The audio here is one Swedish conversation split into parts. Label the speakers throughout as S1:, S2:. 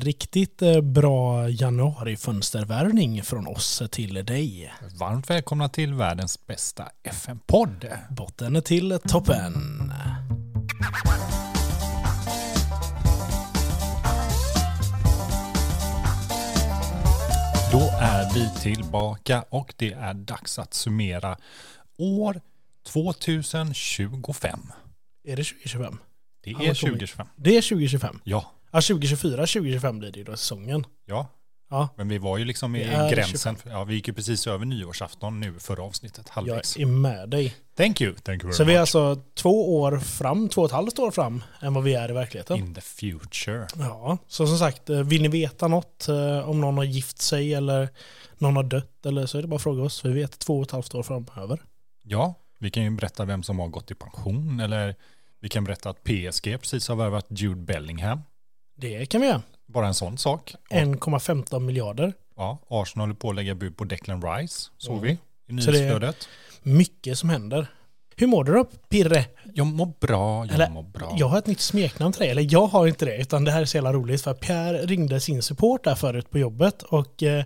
S1: Riktigt eh, bra januarifönstervärvning från oss till dig.
S2: Varmt välkomna till världens bästa FN-podd.
S1: Botten till toppen.
S2: Då är vi tillbaka och det är dags att summera år 2025.
S1: Är det 2025?
S2: Det
S1: Han har
S2: är
S1: kommit.
S2: 2025.
S1: Det är 2025.
S2: Ja,
S1: Ja, 2024, 2025 blir det ju då säsongen.
S2: ja.
S1: Ja.
S2: Men vi var ju liksom i
S1: Det är
S2: gränsen. Ja, vi gick ju precis över nyårsafton nu förra avsnittet
S1: Jag
S2: halvvägs.
S1: är med dig.
S2: Thank you. Thank you
S1: Så
S2: very
S1: vi är
S2: much.
S1: alltså två år fram, två och ett halvt år fram än vad vi är i verkligheten.
S2: In the future.
S1: Ja, så som sagt, eh, vill ni veta något eh, om någon har gift sig eller någon har dött eller så är det bara att fråga oss. Vi vet två och ett halvt år framöver.
S2: Ja, vi kan ju berätta vem som har gått i pension eller vi kan berätta att PSG precis har värvat Jude Bellingham.
S1: Det kan vi göra.
S2: Bara en sån sak. Och,
S1: 1,15 miljarder.
S2: ja, Arsenal håller på att lägga bud på Declan Rice, såg vi i
S1: Så det-
S2: nyhetsflödet.
S1: Mycket som händer. Hur mår du då, Pirre?
S2: Jag mår bra, jag
S1: Eller-
S2: mår bra.
S1: Jag har ett nytt smeknamn till dig, eller jag har inte det, utan det här är så jävla roligt för Pierre ringde sin support där förut på jobbet och eh,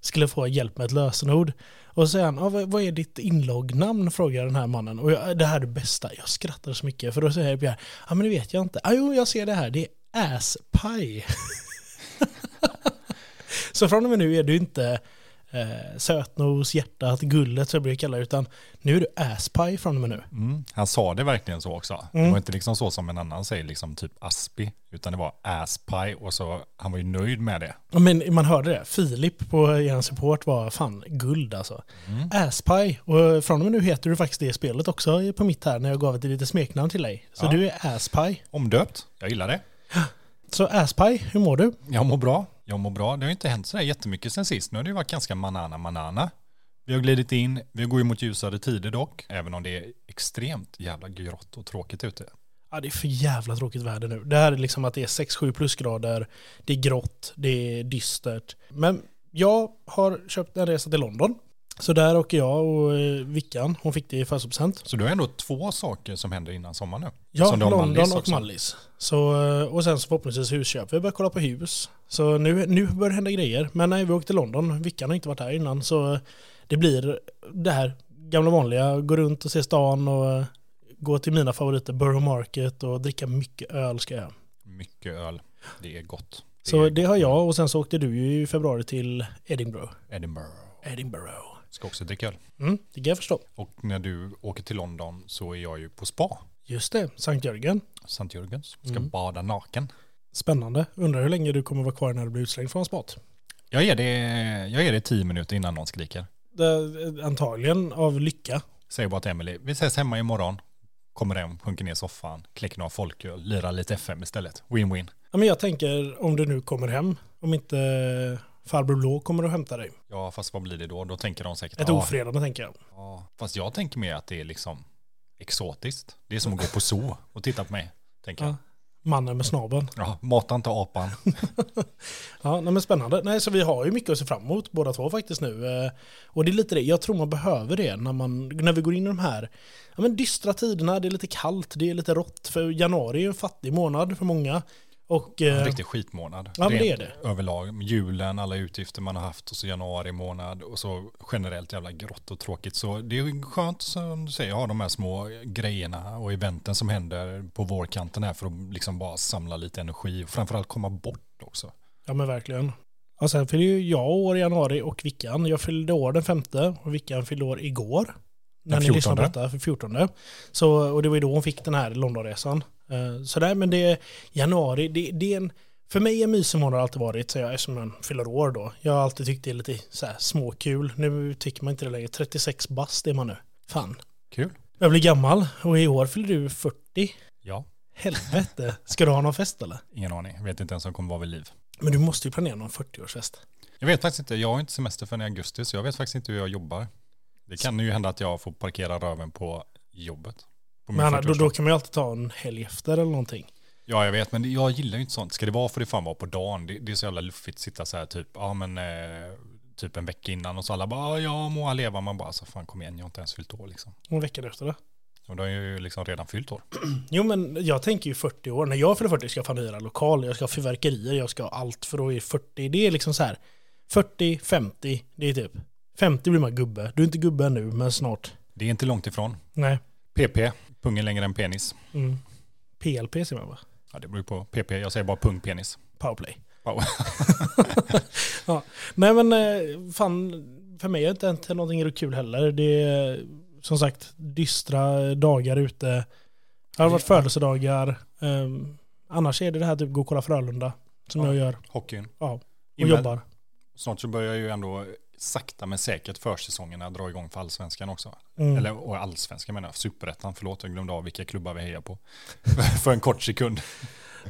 S1: skulle få hjälp med ett lösenord. Och så säger han, ah, vad vad är ditt inloggnamn? Frågar den här mannen. Och jag, det här är det bästa, jag skrattar så mycket. För då säger Pierre, ja ah, men det vet jag inte. Ah, jo, jag ser det här, det är asspaj. så från och med nu är du inte eh, sötnos, hjärtat, gullet som jag brukar kalla det, utan nu är du asspaj från och med nu.
S2: Mm, han sa det verkligen så också.
S1: Mm.
S2: Det var inte liksom så som en annan säger, liksom typ aspi, utan det var aspi och så han var ju nöjd med det.
S1: Ja, Men man hörde det. Filip på er support var fan guld alltså. Asspaj. Och från och med nu heter du faktiskt det i spelet också på mitt här när jag gav ett litet smeknamn till dig. Så
S2: Ja.
S1: du är Asspaj.
S2: Omdöpt, jag gillar det.
S1: Så Asspaj, hur mår du?
S2: Jag mår bra, jag mår bra. Det har ju inte hänt sådär jättemycket sen sist. Nu har det ju varit ganska manana manana. Vi har glidit in, vi går ju mot ljusare tider dock, även om det är extremt jävla grått och tråkigt ute.
S1: Ja, det är för jävla tråkigt väder nu. Det här är liksom att det är 6-7 plusgrader, det är grått, det är dystert. Men jag har köpt en resa till London. Så där åker jag och eh, Vickan, hon fick det i födelsedagspresent.
S2: Så du har ändå två saker som händer innan sommaren nu.
S1: Ja,
S2: Som du har
S1: London
S2: Mallis
S1: och
S2: också.
S1: Mallis. Så, eh, och sen så förhoppningsvis husköp. Vi börjar kolla på hus. Så nu, nu börjar det hända grejer. Men nej, vi åkte till London. Vickan har inte varit här innan. Så eh, det blir det här gamla vanliga. Gå runt och se stan och eh, gå till mina favoriter Borough Market och dricka mycket öl ska jag göra.
S2: Mycket öl, det är gott. Det
S1: Så
S2: är
S1: det har jag och sen så åkte du ju i februari till Edinburgh.
S2: Edinburgh.
S1: Edinburgh.
S2: Ska också dricka öl.
S1: Mm, det kan jag förstå.
S2: Och när du åker till London så är jag ju på spa.
S1: Just det, Sankt Jörgen.
S2: Sankt Jörgens. Ska
S1: Mm.
S2: bada naken.
S1: Spännande. Undrar hur länge du kommer vara kvar när du blir utslängd från spat.
S2: Jag är det, jag är det tio minuter innan någon skriker.
S1: Det- Antagligen av lycka.
S2: Säger bara till Emily, vi ses hemma imorgon. Kommer hem, sjunker ner i soffan, kläcker några folköl, lirar lite FM istället. Win-win.
S1: Ja, men jag tänker om du nu kommer hem, om inte farbror Blå kommer och hämtar dig.
S2: Ja, fast vad blir det då? Då tänker de säkert...
S1: Ett
S2: "Ja,
S1: ofredande tänker jag.
S2: ja." Fast jag tänker mer att det är liksom exotiskt. Det är som att gå på zoo och titta på mig. Tänker jag.
S1: Ja. Mannen med snabeln.
S2: Ja, mata inte apan.
S1: Ja, nej, men spännande. Nej, så vi har ju mycket att se fram emot båda två faktiskt nu. Eh, Och det är lite det, jag tror man behöver det när, man, när vi går in i de här ja, men dystra tiderna. Det är lite kallt, det är lite rått. För januari är ju en fattig månad för många. Och
S2: En
S1: eh,
S2: riktig skitmånad.
S1: Ja, men det
S2: Rent
S1: är det.
S2: Överlag, med julen, alla utgifter man har haft och så januari månad och så generellt jävla grått och tråkigt. Så det är skönt som du säger, att ha de här små grejerna och eventen som händer på vårkanten här för att liksom bara samla lite energi och framförallt komma bort också.
S1: ja men verkligen. Ja, sen fyllde ju jag år i januari och Vickan. Jag fyllde år den femte och Vickan fyllde år igår. när
S2: Den
S1: ni lyssnar på
S2: 14.
S1: detta, för 14. Så, och det var ju då hon fick den här Londonresan. Eh, Så där, men det är januari, det, det är en, för mig är mysemånad har alltid varit, så jag, eftersom jag fyller år då. Jag har alltid tyckt det är lite så här småkul. Nu tycker man inte det längre. 36 bast är man nu. Fan.
S2: Kul.
S1: Jag blir gammal och i år fyller du 40.
S2: Ja.
S1: Helvete. Ska du ha någon fest eller?
S2: Ingen aning, vet inte ens om jag kommer vara vid liv.
S1: Men du måste ju planera någon 40-årsfest.
S2: Jag vet faktiskt inte, jag har inte semester förrän i augusti så jag vet faktiskt inte hur jag jobbar. Det kan ju hända att jag får parkera röven på jobbet. På min
S1: Men annars, då,
S2: 40-årsdag.
S1: då kan man ju alltid ta en helg efter eller någonting.
S2: Ja, jag vet, men det- jag gillar ju inte sånt. Ska det vara får det fan vara på dagen. Det, det är så jävla luffigt att sitta så här typ, ja men eh, typ en "Ah, "Alltså, vecka innan och så alla bara, ja må han leva. Man bara, så fan kom igen, jag har inte ens fyllt år liksom.
S1: Och veckan efter det.
S2: Och de är ju liksom redan fyllt år.
S1: Jo men jag tänker ju 40 år, när jag fyller 40 ska jag fan hyra lokal, jag ska ha fyrverkerier, jag ska ha allt för då är 40, det är liksom så här 40, 50, det är typ 50 blir man gubbe, du är inte gubbe nu men snart.
S2: Det är inte långt ifrån.
S1: Nej.
S2: PP, pungen längre än penis.
S1: Mm. PLP ser man va?
S2: Ja, det beror på PP, jag säger bara pung penis.
S1: Powerplay.
S2: Wow.
S1: ja. Nej men eh, fan, för mig har det inte hänt någonting kul heller. Det är som sagt dystra dagar ute. Det har varit födelsedagar. Ehm, annars är det det här typ gå och kolla Frölunda som
S2: Ja.
S1: jag gör
S2: Hockeyn.
S1: och
S2: Innan-
S1: jobbar.
S2: Snart så börjar ju ändå sakta men säkert försäsongerna dra igång för allsvenskan också.
S1: Mm.
S2: Eller och allsvenskan menar jag, superettan, förlåt jag glömde av vilka klubbar vi hejar på. för en kort sekund.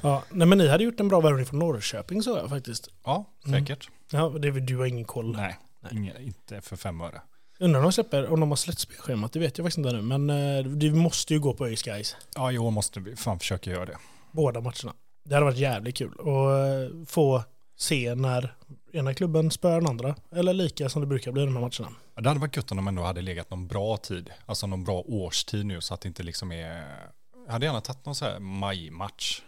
S1: Ja, nej men ni hade gjort en bra värvning från Norrköping så jag faktiskt.
S2: Ja,
S1: Mm.
S2: säkert.
S1: Ja, det, är väl- du har ingen koll.
S2: Nej, Inga, inte för fem öre.
S1: Undrar om de släpper, om de har släppt spelschemat, det vet jag faktiskt inte nu. Men eh, du måste ju gå på ÖIS guys.
S2: Ja, i år måste vi fan försöka göra det.
S1: Båda matcherna. Det hade varit jävligt kul och eh, få se när ena klubben spöar den andra. Eller lika som det brukar bli i de här matcherna.
S2: Ja, Det hade varit gött om de ändå hade legat någon bra tid, alltså någon bra årstid nu så att det inte liksom är... Jag hade gärna tagit någon så här maj-match.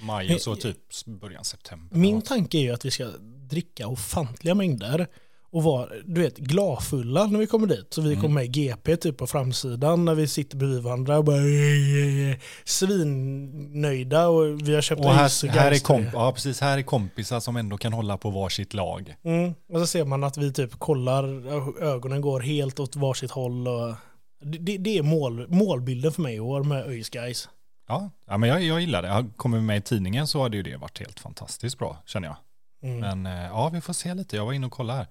S2: Maj och så
S1: Men-
S2: typ början september.
S1: Eh, Min tanke är ju att vi ska dricka ofantliga mängder och vara, du vet, gladfulla när vi kommer dit. Så vi
S2: Mm.
S1: kommer med i GP typ på framsidan när vi sitter bredvid varandra och bara "Ey, ey, ey." svinnöjda och vi har köpt
S2: och här,
S1: Ice
S2: här, är
S1: Geister.
S2: komp- ja, precis, här är kompisar som ändå kan hålla på varsitt lag.
S1: Mm. Och så ser man att vi typ kollar, ö- ögonen går helt åt varsitt håll och det, det, det är mål, målbilden för mig i år med ÖIS guys.
S2: Ja, ja men jag, jag gillar det. Har- Kommer vi med i tidningen så hade ju det varit helt fantastiskt bra, känner jag.
S1: Mm.
S2: Men eh, ja, vi får se lite. Jag var inne och kollade här.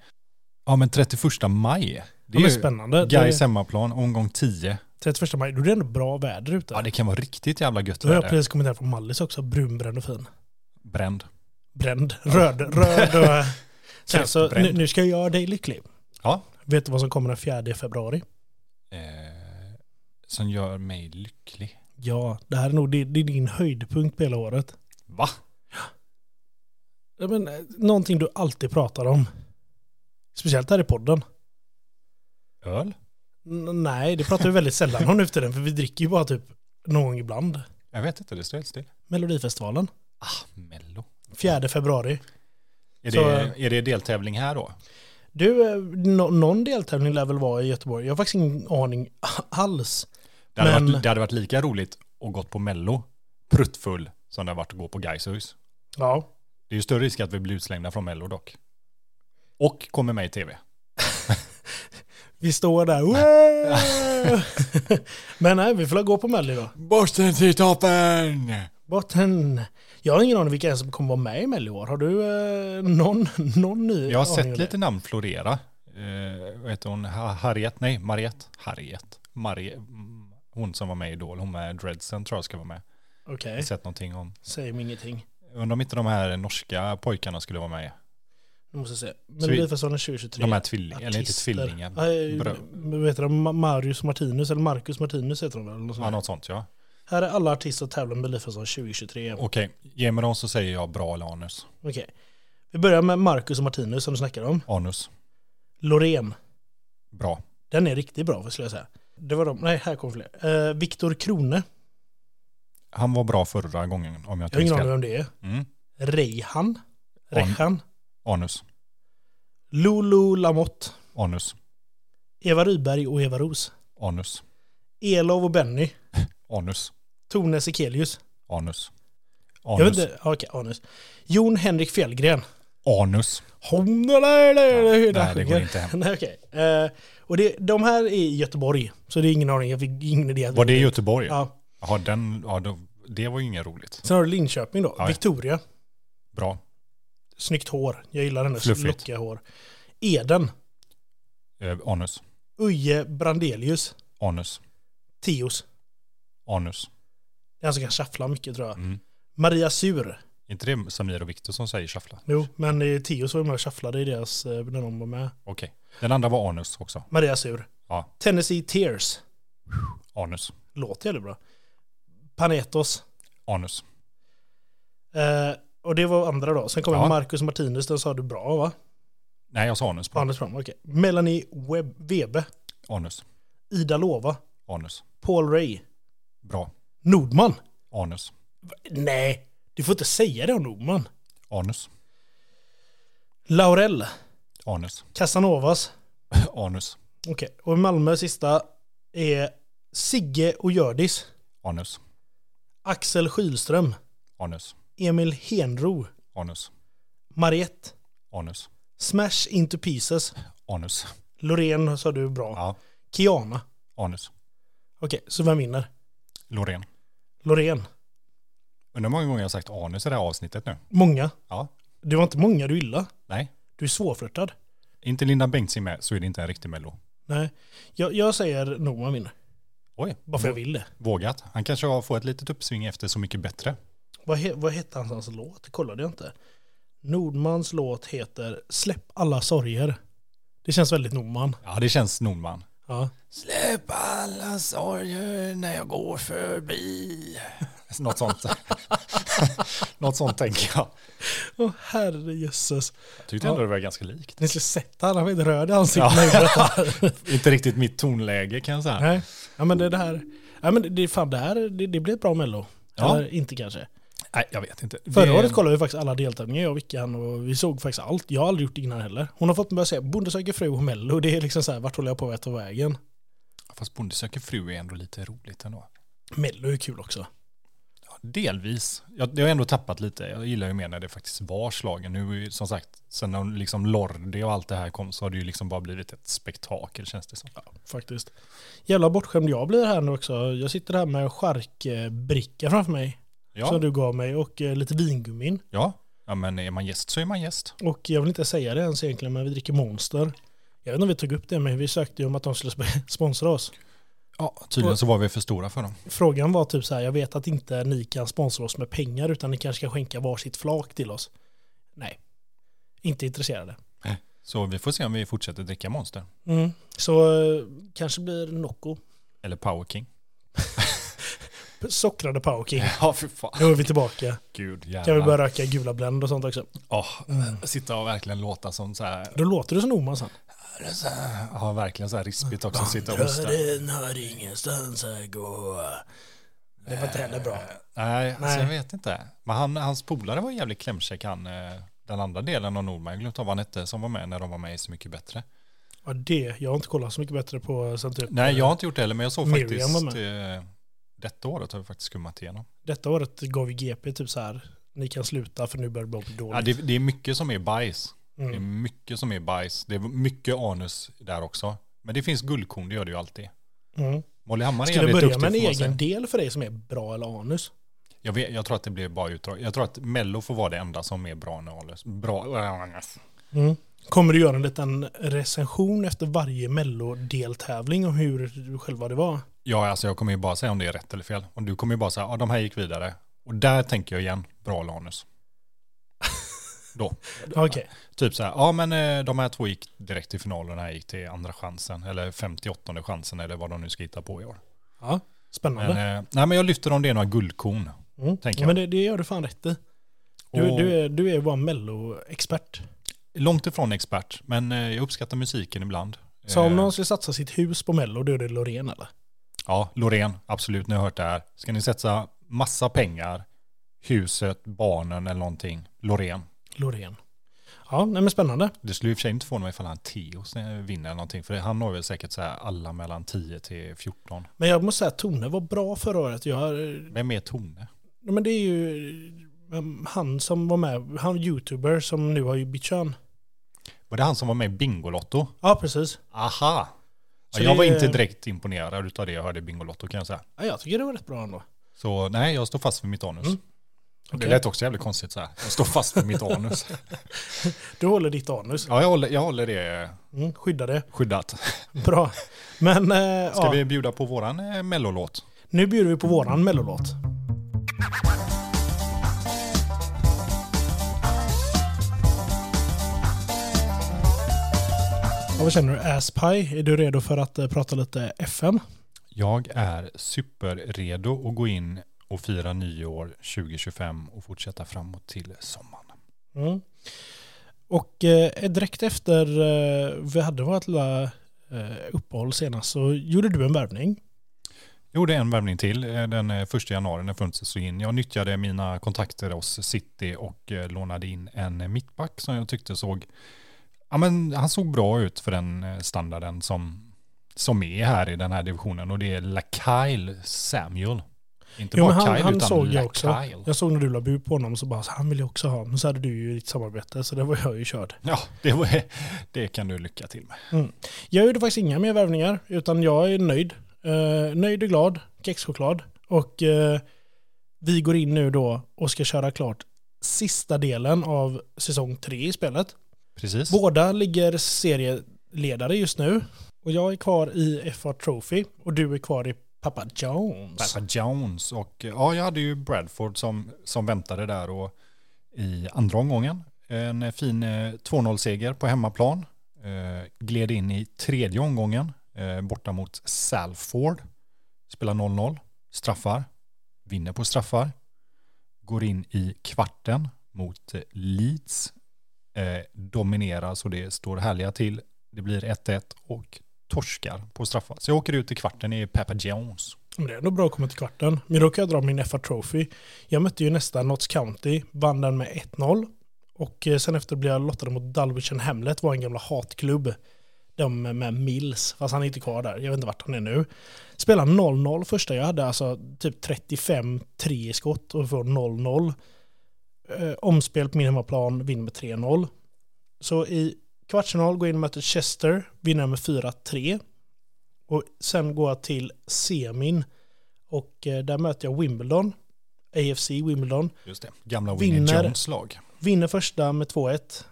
S2: Ja, men 31 maj. Det
S1: Det är
S2: är ju
S1: spännande.
S2: Gais
S1: Äh, Det är
S2: hemmaplan, omgång 10.
S1: 31 maj, då är det ändå bra väder ute.
S2: Ja, det kan vara riktigt jävla gött
S1: Då har jag
S2: väder.
S1: precis kommit här från Mallis också, brunbränd och fin.
S2: Bränd.
S1: bränd, röd, röd och... Sen så,
S2: Kräftbränd.
S1: nu, nu ska jag göra dig lycklig.
S2: Ja.
S1: Vet du vad som kommer den 4 februari?
S2: Eh, som gör mig lycklig.
S1: Ja, det här är nog det, det är din höjdpunkt på hela året.
S2: Va?
S1: Ja, Men, eh, någonting du alltid pratar om. Speciellt här i podden.
S2: Öl?
S1: N- nej, det pratar vi väldigt sällan om nu för tiden, för vi dricker ju bara typ någon gång ibland.
S2: Jag vet inte, det står helt still.
S1: Melodifestivalen,
S2: Ah, Mello.
S1: 4 februari.
S2: Är,
S1: Så-
S2: det, är det deltävling här då?
S1: Du, eh, nå- någon deltävling lär väl vara i Göteborg? Jag har faktiskt ingen aning alls.
S2: Det hade,
S1: Men-
S2: varit, det hade varit lika roligt att gått på Mello, pruttfull, som det har varit att gå på Gaishus.
S1: Ja,
S2: Det är ju större risk att vi blir utslängda från Mello dock. Och kommer med i tv.
S1: Vi står där. "Wow!" Men nej, vi får gå på Melly då.
S2: Borsten till toppen!
S1: Botten. Jag har ingen aning vilka ens som kommer vara med i Melly i år. Har du eh, någon, någon ny?
S2: Jag har
S1: aning om
S2: sett
S1: det?
S2: lite namn florera. Eh, vad heter hon? Ha- Harriet? Nej, Mariette. Harriet. Marie, mm, hon som var med i Idol, hon med Dredsen tror jag ska vara med.
S1: Okej,
S2: Jag har sett någonting om.
S1: säger mig ingenting.
S2: Undrar om inte de här norska pojkarna skulle vara med.
S1: Nu måste jag se.
S2: vi-
S1: Melodifestivalen 2023.
S2: De här tvillingarna, eller inte
S1: Artister.
S2: tvillingar.
S1: Eh,
S2: Brö-
S1: Vad heter de? Ma- Marius Martinus eller Marcus Martinus heter de väl? eller något sånt
S2: Ja,
S1: där.
S2: något sånt ja.
S1: Här är alla artister och tävlar med Melodifestivalen 2023. Okej.
S2: Okej, ge mig dem så säger jag bra eller anus.
S1: Vi börjar med Marcus och Martinus som du snackade om.
S2: Anus.
S1: Loreen.
S2: Bra.
S1: Den är riktigt bra skulle jag säga. Det var de. Nej, här kommer fler. Eh, Viktor Krone.
S2: Han var bra förra gången om jag
S1: Jag har ingen
S2: inte minns
S1: aning
S2: fel.
S1: vem det är.
S2: Mm.
S1: Reihan. Rehan.
S2: Anus.
S1: Lulu Lamotte.
S2: Anus.
S1: Eva Rydberg och Eva Ros.
S2: Anus.
S1: Elov och Benny.
S2: Anus.
S1: Tone Sekelius.
S2: Anus.
S1: Jag vet
S2: Anus.
S1: inte. ja, Okej, anus. Jon Henrik Fjällgren.
S2: Anus.
S1: Hon eller eller hur
S2: Nej, det går inte hem.
S1: Nej, okej. Eh, och det, de här är i Göteborg, så det är ingen aning. Jag fick ingen idé. att-
S2: Var det i Göteborg? Ja.
S1: Ja.
S2: den, ja, då, det var ju inget roligt.
S1: Sen har du Linköping då.
S2: Ja, ja.
S1: Victoria.
S2: Bra.
S1: Snyggt hår. Jag gillar hennes
S2: Fluffigt.
S1: lockiga hår. Eden.
S2: Eh, anus.
S1: Uje Brandelius.
S2: Anus.
S1: Tios.
S2: Anus.
S1: Det är han som kan shuffla mycket tror jag.
S2: Mm.
S1: Maria Sur.
S2: Inte det Samir och Viktor som säger shuffla?
S1: Jo, men eh, Tios var ju med och shufflade i deras, eh, när de var med.
S2: Okej. Den andra var anus också.
S1: Maria Sur.
S2: Ja.
S1: Tennessee Tears.
S2: Anus.
S1: Låter jävligt bra. Panetos.
S2: Anus.
S1: Eh, och det var andra då. Sen kom
S2: Ja.
S1: Marcus Martinus, den sa du bra va?
S2: Nej, jag sa anus. Bra.
S1: Anders Fram, okej. Melanie Web Webe.
S2: Anus.
S1: Ida Lova.
S2: Anus.
S1: Paul Ray.
S2: Bra.
S1: Nordman.
S2: Anus.
S1: Nej, du får inte säga det om Nordman.
S2: Anus.
S1: Laurel.
S2: Anus.
S1: Casanovas.
S2: Anus.
S1: Okej, och i Malmö sista är Sigge och Hjördis.
S2: Anus.
S1: Axel Skylström.
S2: Anus.
S1: Emil Henro.
S2: Anus.
S1: Mariette.
S2: Anus.
S1: Smash Into Pieces.
S2: Anus.
S1: Loreen sa du bra.
S2: Ja.
S1: Kiana.
S2: Anus.
S1: Okej, så vem vinner?
S2: Loreen.
S1: Loreen.
S2: Undrar hur många gånger jag har sagt anus i det här avsnittet nu.
S1: Många.
S2: Ja.
S1: Det var inte många du gillade.
S2: Nej.
S1: Du är svårflörtad.
S2: Inte Linda Bengtzing med så är det inte en riktig mello.
S1: Nej, jag, jag säger Norman vinner.
S2: Oj.
S1: Bara för jag vill det.
S2: Vågat. Han kanske har fått ett litet uppsving efter Så mycket bättre.
S1: Vad, he, vad hette hans, hans låt? Det kollade jag inte. Nordmans låt heter Släpp alla sorger. Det känns väldigt Nordman.
S2: Ja, det känns Nordman.
S1: Ja.
S2: Släpp alla sorger när jag går förbi. Något sånt. Något sånt tänker jag.
S1: Åh herrejösses.
S2: Tyckte ändå det var ganska likt.
S1: Ni skulle sett han, han var helt röd i ansiktet.
S2: Ja.
S1: när jag berättade.
S2: Inte riktigt mitt tonläge kan jag säga.
S1: Nej, ja, men det, det här. Ja, men det- det, fan, det här det, det blir ett bra mello.
S2: Ja.
S1: Eller inte kanske.
S2: Nej, jag vet inte.
S1: Förra
S2: Det-
S1: året kollade vi faktiskt alla deltävlingar, jag och Vickan, och vi såg faktiskt allt. Jag har aldrig gjort det innan heller. Hon har fått mig börja säga Bonde söker fru och mello. Det är liksom så här, vart håller jag på att ta vägen?
S2: Fast Bonde söker fru är ändå lite roligt ändå.
S1: Mello är kul också.
S2: Ja, delvis. Jag, jag har ändå tappat lite. Jag gillar ju mer när det faktiskt var slagen. Nu är ju, som sagt, sen när liksom Lordi och allt det här kom så har det ju liksom bara blivit ett spektakel känns det som.
S1: faktiskt. Jävla bortskämd jag blir här nu också. Jag sitter här med en charkbricka framför mig som
S2: Ja,
S1: du gav mig och eh, lite vingummin.
S2: ja. ja men är man gäst så är man gäst.
S1: Och jag vill inte säga det ens egentligen, men vi dricker Monster. Jag vet inte om vi tog upp det, men vi sökte ju om att de skulle sp- sponsra oss.
S2: Ja, tydligen så var vi för stora för dem.
S1: Frågan var typ så här, jag vet att inte ni kan sponsra oss med pengar utan ni kanske kan skänka varsitt flak till oss. Nej, inte intresserade.
S2: Så vi får se om vi fortsätter dricka Monster.
S1: Mm. Så eh, kanske blir Nocco.
S2: Eller Power King.
S1: Sockrade Power King.
S2: Ja, för fan.
S1: Nu är vi tillbaka.
S2: Gud,
S1: Kan vi
S2: jävlar.
S1: börja röka gula Blend och sånt också.
S2: Oh, sitta och verkligen låta som så här.
S1: Då låter du som alltså. Norman sen.
S2: Ja, verkligen så här rispigt också. Sitta och hosta.
S1: har ingenstans att gå. Det var inte heller bra.
S2: Nej,
S1: Nej.
S2: Alltså jag vet inte. Men han, hans polare var jävligt klämkäck han. eh, Den andra delen av Nordman, jag glömde av vad han hette, som var med när de var med i Så mycket bättre.
S1: Ja, det. Jag har inte kollat så mycket bättre på sen typ.
S2: Nej, jag har inte gjort det heller, men jag såg
S1: Miriam var
S2: faktiskt... eh, Detta året har vi faktiskt skummat igenom.
S1: Detta året gav ju GP typ så här. Ni kan sluta för nu börjar det bli
S2: Ja,
S1: dåligt.
S2: det, det är mycket som är bajs. Det är
S1: Mm.
S2: mycket som är bajs. Det är mycket anus där också. Men det finns guldkorn, det gör det ju alltid.
S1: Mm.
S2: Molly Hammar är
S1: Ska du
S2: jävligt
S1: börja
S2: duktig.
S1: med en
S2: får man säga.
S1: egen del för dig som är bra eller anus?
S2: Jag, vet, jag tror att det blir bara utdrag. Jag tror att Mello får vara det enda som är bra med anus. Bra.
S1: Mm. Kommer du göra en liten recension efter varje mellodeltävling om hur själva det var?
S2: Ja, alltså jag kommer ju bara säga om det är rätt eller fel. Och du kommer ju bara säga, ja de här gick vidare. Och där tänker jag igen, bra Lanus. Då.
S1: Okej,
S2: Typ så här, ja men eh, de här två gick direkt till finalen, den här gick till andra chansen, eller 58 chansen, eller vad de nu ska hitta på i år. Men,
S1: spännande.
S2: eh, nej men jag lyfter om det är några guldkorn.
S1: mm.
S2: eh, tänker jag.
S1: Men det, det gör du fan rätt i. Du,
S2: Och
S1: du, är, du är bara melloexpert.
S2: Långt ifrån expert, men eh, jag uppskattar musiken ibland.
S1: Så om
S2: Eh,
S1: någon skulle satsa sitt hus på Mello, då är det Loreen eller?
S2: Ja, Loreen, absolut, ni har hört det här. Ska ni sätta massa pengar, huset, barnen eller någonting, Loreen.
S1: Loreen. Ja, nej men spännande.
S2: Det skulle i och för sig inte förvåna mig ifall han Teos vinner någonting. För han har väl säkert så här alla mellan 10 till 14.
S1: Men jag måste säga att Tone var bra förra året. Jag har,
S2: Vem är Tone?
S1: nej, men det är ju eh, han som var med, han youtuber som nu har ju bytt kön.
S2: Var det han som var med i Bingolotto?
S1: Ja, precis.
S2: Aha! Ja,
S1: Så
S2: jag
S1: det-
S2: var inte direkt imponerad utav det jag hörde i Bingolotto kan jag säga.
S1: Ja, jag tycker det var rätt bra ändå.
S2: Så nej, jag står fast vid mitt anus.
S1: Mm, okej.
S2: Det lät också jävligt konstigt så här. Jag står fast vid mitt anus.
S1: Du håller ditt anus.
S2: Ja, jag håller, jag håller det
S1: Mm, skydda det.
S2: skyddat.
S1: Bra. Men eh,
S2: Ska
S1: ja,
S2: vi bjuda på våran eh, mellolåt?
S1: nu bjuder vi på våran mellolåt. Ja, vad känner du? Asspie, är du redo för att eh, prata lite FM?
S2: Jag är superredo att gå in och fira nyår 2025 och fortsätta framåt till sommaren.
S1: Mm. Och eh, direkt efter eh, vi hade vårt lilla eh, uppehåll senast så gjorde du en värvning.
S2: gjorde en värvning till eh, den eh, första januari när fönstret slog in. Jag nyttjade mina kontakter hos City och eh, lånade in en eh, mittback som jag tyckte såg, ja men han såg bra ut för den eh, standarden som, som är här i den här divisionen och det är LaKyle Samuel. Inte
S1: Jo,
S2: bara
S1: men han-
S2: Kyle
S1: han
S2: utan
S1: såg jag också.
S2: LaKyle.
S1: Jag såg när du la bud på honom så bara, så han vill jag också ha. Men så hade du ju ditt samarbete, så det var jag ju körd.
S2: Ja, det, var, det kan du lycka till med.
S1: Jag gjorde faktiskt inga mer värvningar, utan jag är nöjd. Eh, nöjd och glad, kexchoklad. Och eh, vi går in nu då och ska köra klart sista delen av säsong tre i spelet.
S2: Precis.
S1: Båda ligger serieledare just nu. Och jag är kvar i FA Trophy och du är kvar i Papa Jones.
S2: Papa Jones och eh, ja, jag hade ju Bradford som, som väntade där och i andra omgången. En fin eh, 2-0-seger på hemmaplan. Eh, gled in i tredje omgången eh, borta mot Salford. Spelar 0-0, straffar, vinner på straffar. Går in i kvarten mot eh, Leeds. Eh, dominerar så det står härliga till. Det blir 1-1 och torskar på straffar. Så jag åker ut i kvarten i Papa Jones.
S1: Men det är ändå bra att komma till kvarten. Men då kan jag dra min FA Trophy. Jag mötte ju nästa Notts County, vann den med 1-0. Och eh, sen efter blev jag lottad mot Dalwich Hamlet, var en gamla hatklubb. De med Mills, fast han är inte kvar där. Jag vet inte vart han är nu. Spelade 0-0 första. Jag hade alltså typ 35 3 skott och får 0-0. Eh, omspel på min hemmaplan, vinner med 3-0. Så i kvartsfinal går jag in och möter Chester, vinner med 4-3. Och sen går jag till semin och eh, där möter jag Wimbledon, AFC Wimbledon.
S2: Just det. Gamla
S1: Vinner.
S2: Winnie Jones lag.
S1: Vinner första med 2-1.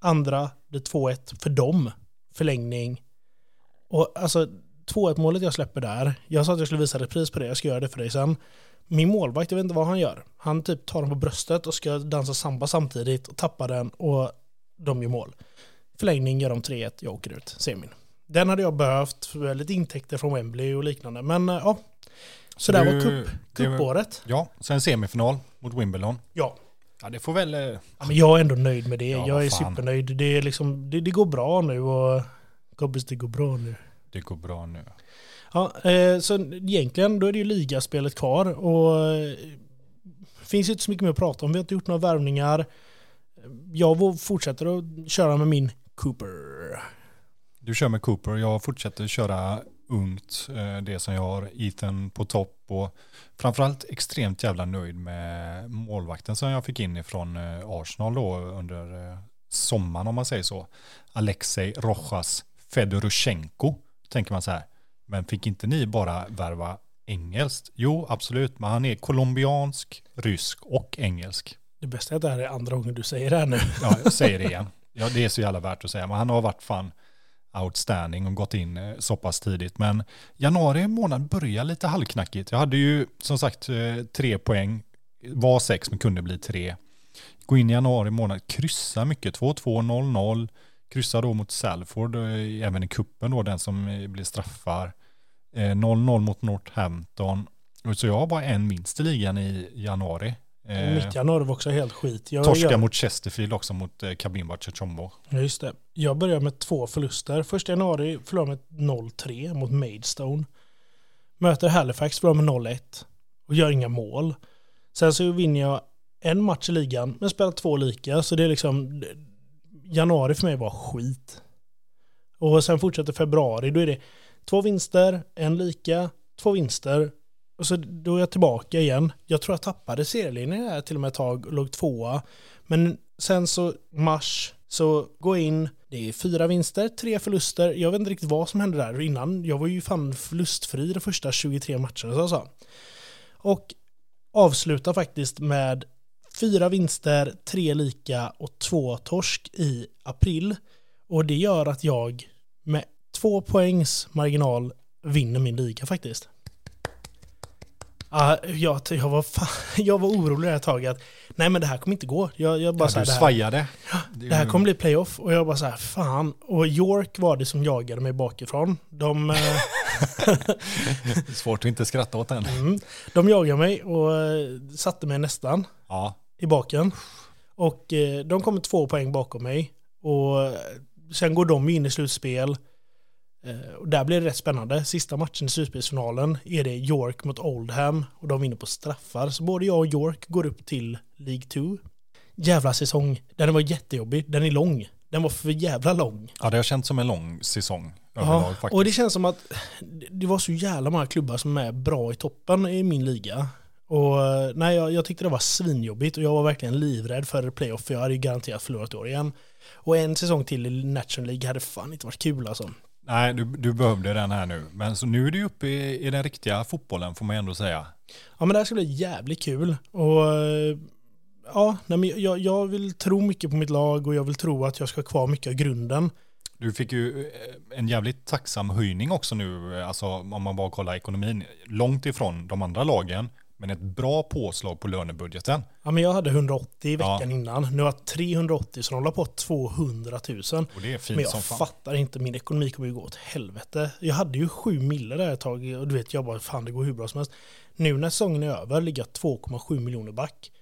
S1: Andra blir 2-1 för dem. Förlängning. Och alltså 2-1 målet jag släpper där. Jag sa att jag skulle visa repris på det. Jag ska göra det för dig sen. Min målvakt, jag vet inte vad han gör. Han typ tar den på bröstet och ska dansa samba samtidigt och tappar den och de gör mål. Förlängning gör de 3-1. Jag åker ut. Semin. Den hade jag behövt för lite intäkter från Wembley och liknande. Men eh, ja, så där
S2: det-
S1: var cup,
S2: det var-
S1: cupåret.
S2: Ja, sen semifinal mot Wimbledon.
S1: Ja,
S2: Ja, det får väl... eh,
S1: Ja, men jag är ändå nöjd med det.
S2: Ja,
S1: jag
S2: vad
S1: är
S2: fan.
S1: supernöjd. Det, är liksom, det, det går bra nu och kompis, det går bra nu.
S2: Det går bra nu.
S1: Ja, eh, så egentligen då är det ju ligaspelet kvar och eh, finns inte så mycket mer att prata om. Vi har inte gjort några värvningar. Jag vå- fortsätter att köra med min Cooper.
S2: Du kör med Cooper, jag fortsätter köra ungt, eh, det som jag har, Ethan på topp och framförallt extremt jävla nöjd med målvakten som jag fick in ifrån eh, Arsenal då under eh, sommaren om man säger så. Alexei Rojas Fedorushenko, tänker man så här. Men fick inte ni bara värva engelskt? Jo, absolut, men han är colombiansk, rysk och engelsk.
S1: Det bästa är att det här är andra gången du säger det här nu.
S2: Ja, jag säger det igen. Ja, det är så jävla värt att säga. Men han har varit fan outstanding och gått in eh, så pass tidigt. Men januari månad börjar lite halvknackigt. Jag hade ju som sagt eh, tre poäng, var sex men kunde bli tre. Gå in i januari månad, kryssa mycket, 2-2, 0-0, kryssa då mot Salford, eh, även i kuppen då, den som eh, blir straffar. Eh, 0-0 mot Northampton. Och Så jag har bara en vinst i ligan i januari. Eh,
S1: Mitt januari var också helt skit. Jag,
S2: Torska
S1: jag,
S2: mot Chesterfield också mot eh, Kabimba Chechombo.
S1: Ja, just det. Jag började med två förluster. Första januari förlorade jag med 0-3 mot Maidstone. Möter Halifax förlorar med 0-1 och gör inga mål. Sen så vinner jag en match i ligan men spelar två lika så det är liksom januari för mig var skit. Och sen fortsätter februari då är det två vinster, en lika, två vinster och så då är jag tillbaka igen. Jag tror jag tappade serielinjen där till och med ett tag och låg tvåa. Men sen så mars så går jag in. Det är fyra vinster, tre förluster. Jag vet inte riktigt vad som hände där innan. Jag var ju fan förlustfri de första 23 matcherna så jag sa. Och avslutar faktiskt med fyra vinster, tre lika och två torsk i april. Och det gör att jag med två poängs marginal vinner min liga faktiskt. Ah, jag, jag, var fan, jag var orolig det här taget. att, Nej men det här kommer inte gå. Jag, jag bara
S2: Ja,
S1: så här,
S2: du
S1: det här-
S2: svajade.
S1: det här kommer bli playoff och jag bara så här, fan. Och York var det som jagade mig bakifrån. De, eh,
S2: Det är svårt att inte skratta åt den.
S1: mm, de jagade mig och eh, satte mig nästan
S2: Ja,
S1: i baken. Och eh, de kommer två poäng bakom mig. Och eh, sen går de in i slutspel. Eh, Och där blir det rätt spännande. Sista matchen i slutspelsfinalen är det York mot Oldham och de vinner på straffar. Så både jag och York går upp till League 2. Jävla säsong. Den var jättejobbig. Den är lång. Den var för jävla lång.
S2: Ja, det har känts som en lång säsong
S1: Ja,
S2: överlag faktiskt.
S1: och det känns som att det var så jävla många klubbar som är bra i toppen i min liga. Och eh, nej, jag, jag tyckte det var svinjobbigt och jag var verkligen livrädd för playoff för jag hade ju garanterat förlorat i år igen. Och en säsong till i National League hade fan inte varit kul alltså.
S2: Nej, du, du behövde den här nu. Men så nu är du uppe i, i den riktiga fotbollen får man ändå säga.
S1: Ja men det här ska bli jävligt kul. Och eh, ja, nej, men jag, jag vill tro mycket på mitt lag och jag vill tro att jag ska ha kvar mycket av grunden.
S2: Du fick ju eh, en jävligt tacksam höjning också nu, eh, alltså om man bara kollar ekonomin. Långt ifrån de andra lagen, men ett bra påslag på lönebudgeten.
S1: Ja men jag hade 180 i
S2: Ja.
S1: veckan innan. Nu har jag 380 så de la på 200 000.
S2: Och det är
S1: Men
S2: fint som
S1: jag
S2: fan.
S1: fattar inte, min ekonomi kommer ju gå åt helvete. Jag hade ju 7 mille där ett tag och du vet jag bara fan det går hur bra som helst. Nu när säsongen är över ligger jag 2,7 miljoner back.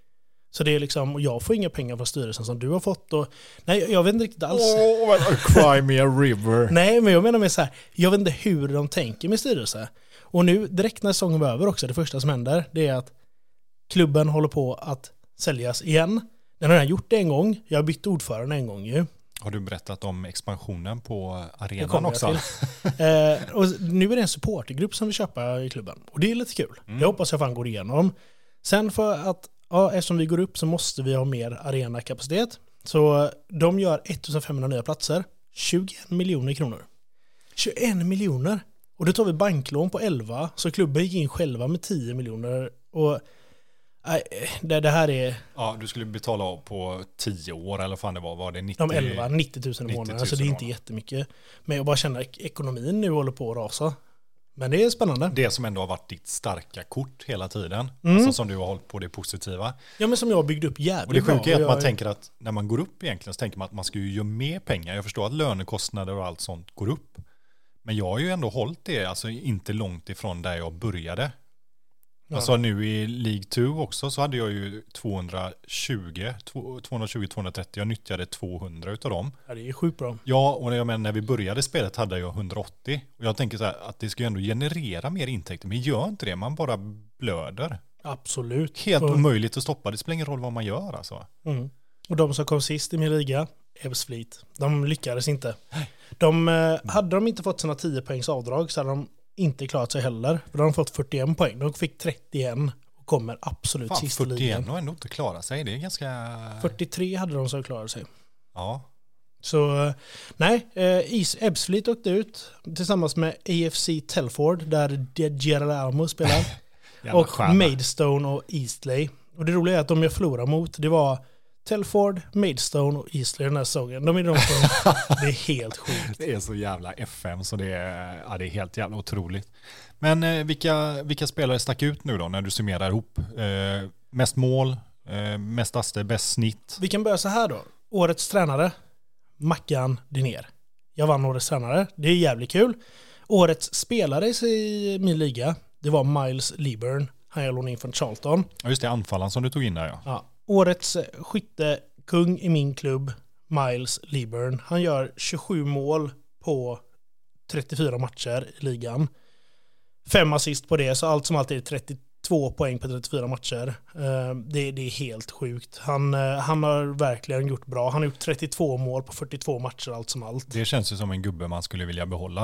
S1: Så det är liksom, och jag får inga pengar från styrelsen som du har fått och nej jag vet inte riktigt alls.
S2: Åh, oh, cry me a river.
S1: Nej, men jag menar med så här, jag vet inte hur de tänker med styrelse. Och nu, direkt när säsongen var över också, det första som händer, det är att klubben håller på att säljas igen. Den har redan gjort det en gång, jag har bytt ordförande en gång ju.
S2: Har du berättat om expansionen på
S1: Det
S2: arenan
S1: kommer jag
S2: också?
S1: till. Eh, och nu är det en supportergrupp som vill köpa i klubben. Och det är lite kul. Det hoppas jag fan går igenom. Sen för att, ja, eftersom vi går upp så måste vi ha mer arenakapacitet. Så de gör 1500 nya platser, 21 miljoner kronor. 21 miljoner! Och då tar vi banklån på 11, så klubben gick in själva med 10 miljoner. Och nej, det, det här är
S2: Ja, du skulle betala av på tio år eller vad fan det var, var det 90?
S1: de 11, 90 000 i
S2: 90
S1: månaden,
S2: 000
S1: så det är
S2: i
S1: inte
S2: månaden.
S1: jättemycket. Men jag bara känner att ekonomin nu håller på att rasa. Men det är spännande.
S2: Det som ändå har varit ditt starka kort hela tiden,
S1: Mm.
S2: alltså som du har hållit på det positiva.
S1: Ja men som jag byggde upp
S2: Och det
S1: jävligt
S2: sjuka är att
S1: jag-
S2: man tänker att när man går upp egentligen så tänker man att man ska ju göra mer pengar. Jag förstår att lönekostnader och allt sånt går upp. Men jag har ju ändå hållit det, alltså inte långt ifrån där jag började.
S1: Ja.
S2: Alltså nu i League 2 också så hade jag ju 220, 220-230, jag nyttjade 200 utav dem.
S1: Ja, det är sjukt bra.
S2: Ja, och jag menar, när vi började spelet hade jag 180. Och jag tänker så här att det ska ju ändå generera mer intäkter, men gör inte det, man bara blöder.
S1: Absolut.
S2: Helt
S1: och,
S2: omöjligt att stoppa, det spelar ingen roll vad man gör alltså.
S1: mm. och de som kom sist i min liga, Ebbs Fleet, de lyckades inte. De, eh, hade de inte fått sina 10 poängs avdrag så hade de inte klarat sig heller. För då har de fått 41 poäng. De fick 31 och kommer absolut
S2: Fan,
S1: sist i ligan.
S2: 41 och ändå inte klara sig, det är ganska...
S1: 43 hade de som klarade sig.
S2: Ja.
S1: Så eh, nej, eh, Is- Ebbs Fleet åkte ut tillsammans med AFC Telford där De Geraramo spelar.
S2: Jävla
S1: och
S2: stjärna.
S1: Maidstone och Eastley. Och det roliga är att de jag förlorade mot, det var Telford, Maidstone och Eastley den här säsongen. De är de som, det är helt sjukt.
S2: Det är så jävla FM så det är, ja, det är helt jävla otroligt. Men eh, vilka, vilka spelare stack ut nu då när du summerar ihop? Eh, mest mål, eh, mest aster, bäst snitt.
S1: Vi kan börja så här då. Årets tränare, Mackan Dinér. Jag vann Årets tränare, det är jävligt kul. Årets spelare i min liga, det var Miles Liburn. Han jag lånade in från Charlton.
S2: Ja, just det, anfallaren som du tog in där ja.
S1: Ja, årets skyttekung i min klubb, Miles Liburn. Han gör 27 mål på 34 matcher i ligan. Fem assist på det, så allt som allt är 32 poäng på 34 matcher. Eh, Det, det är helt sjukt. Han, eh, han har verkligen gjort bra. Han har gjort 32 mål på 42 matcher, allt som allt.
S2: Det känns ju som en gubbe man skulle vilja behålla.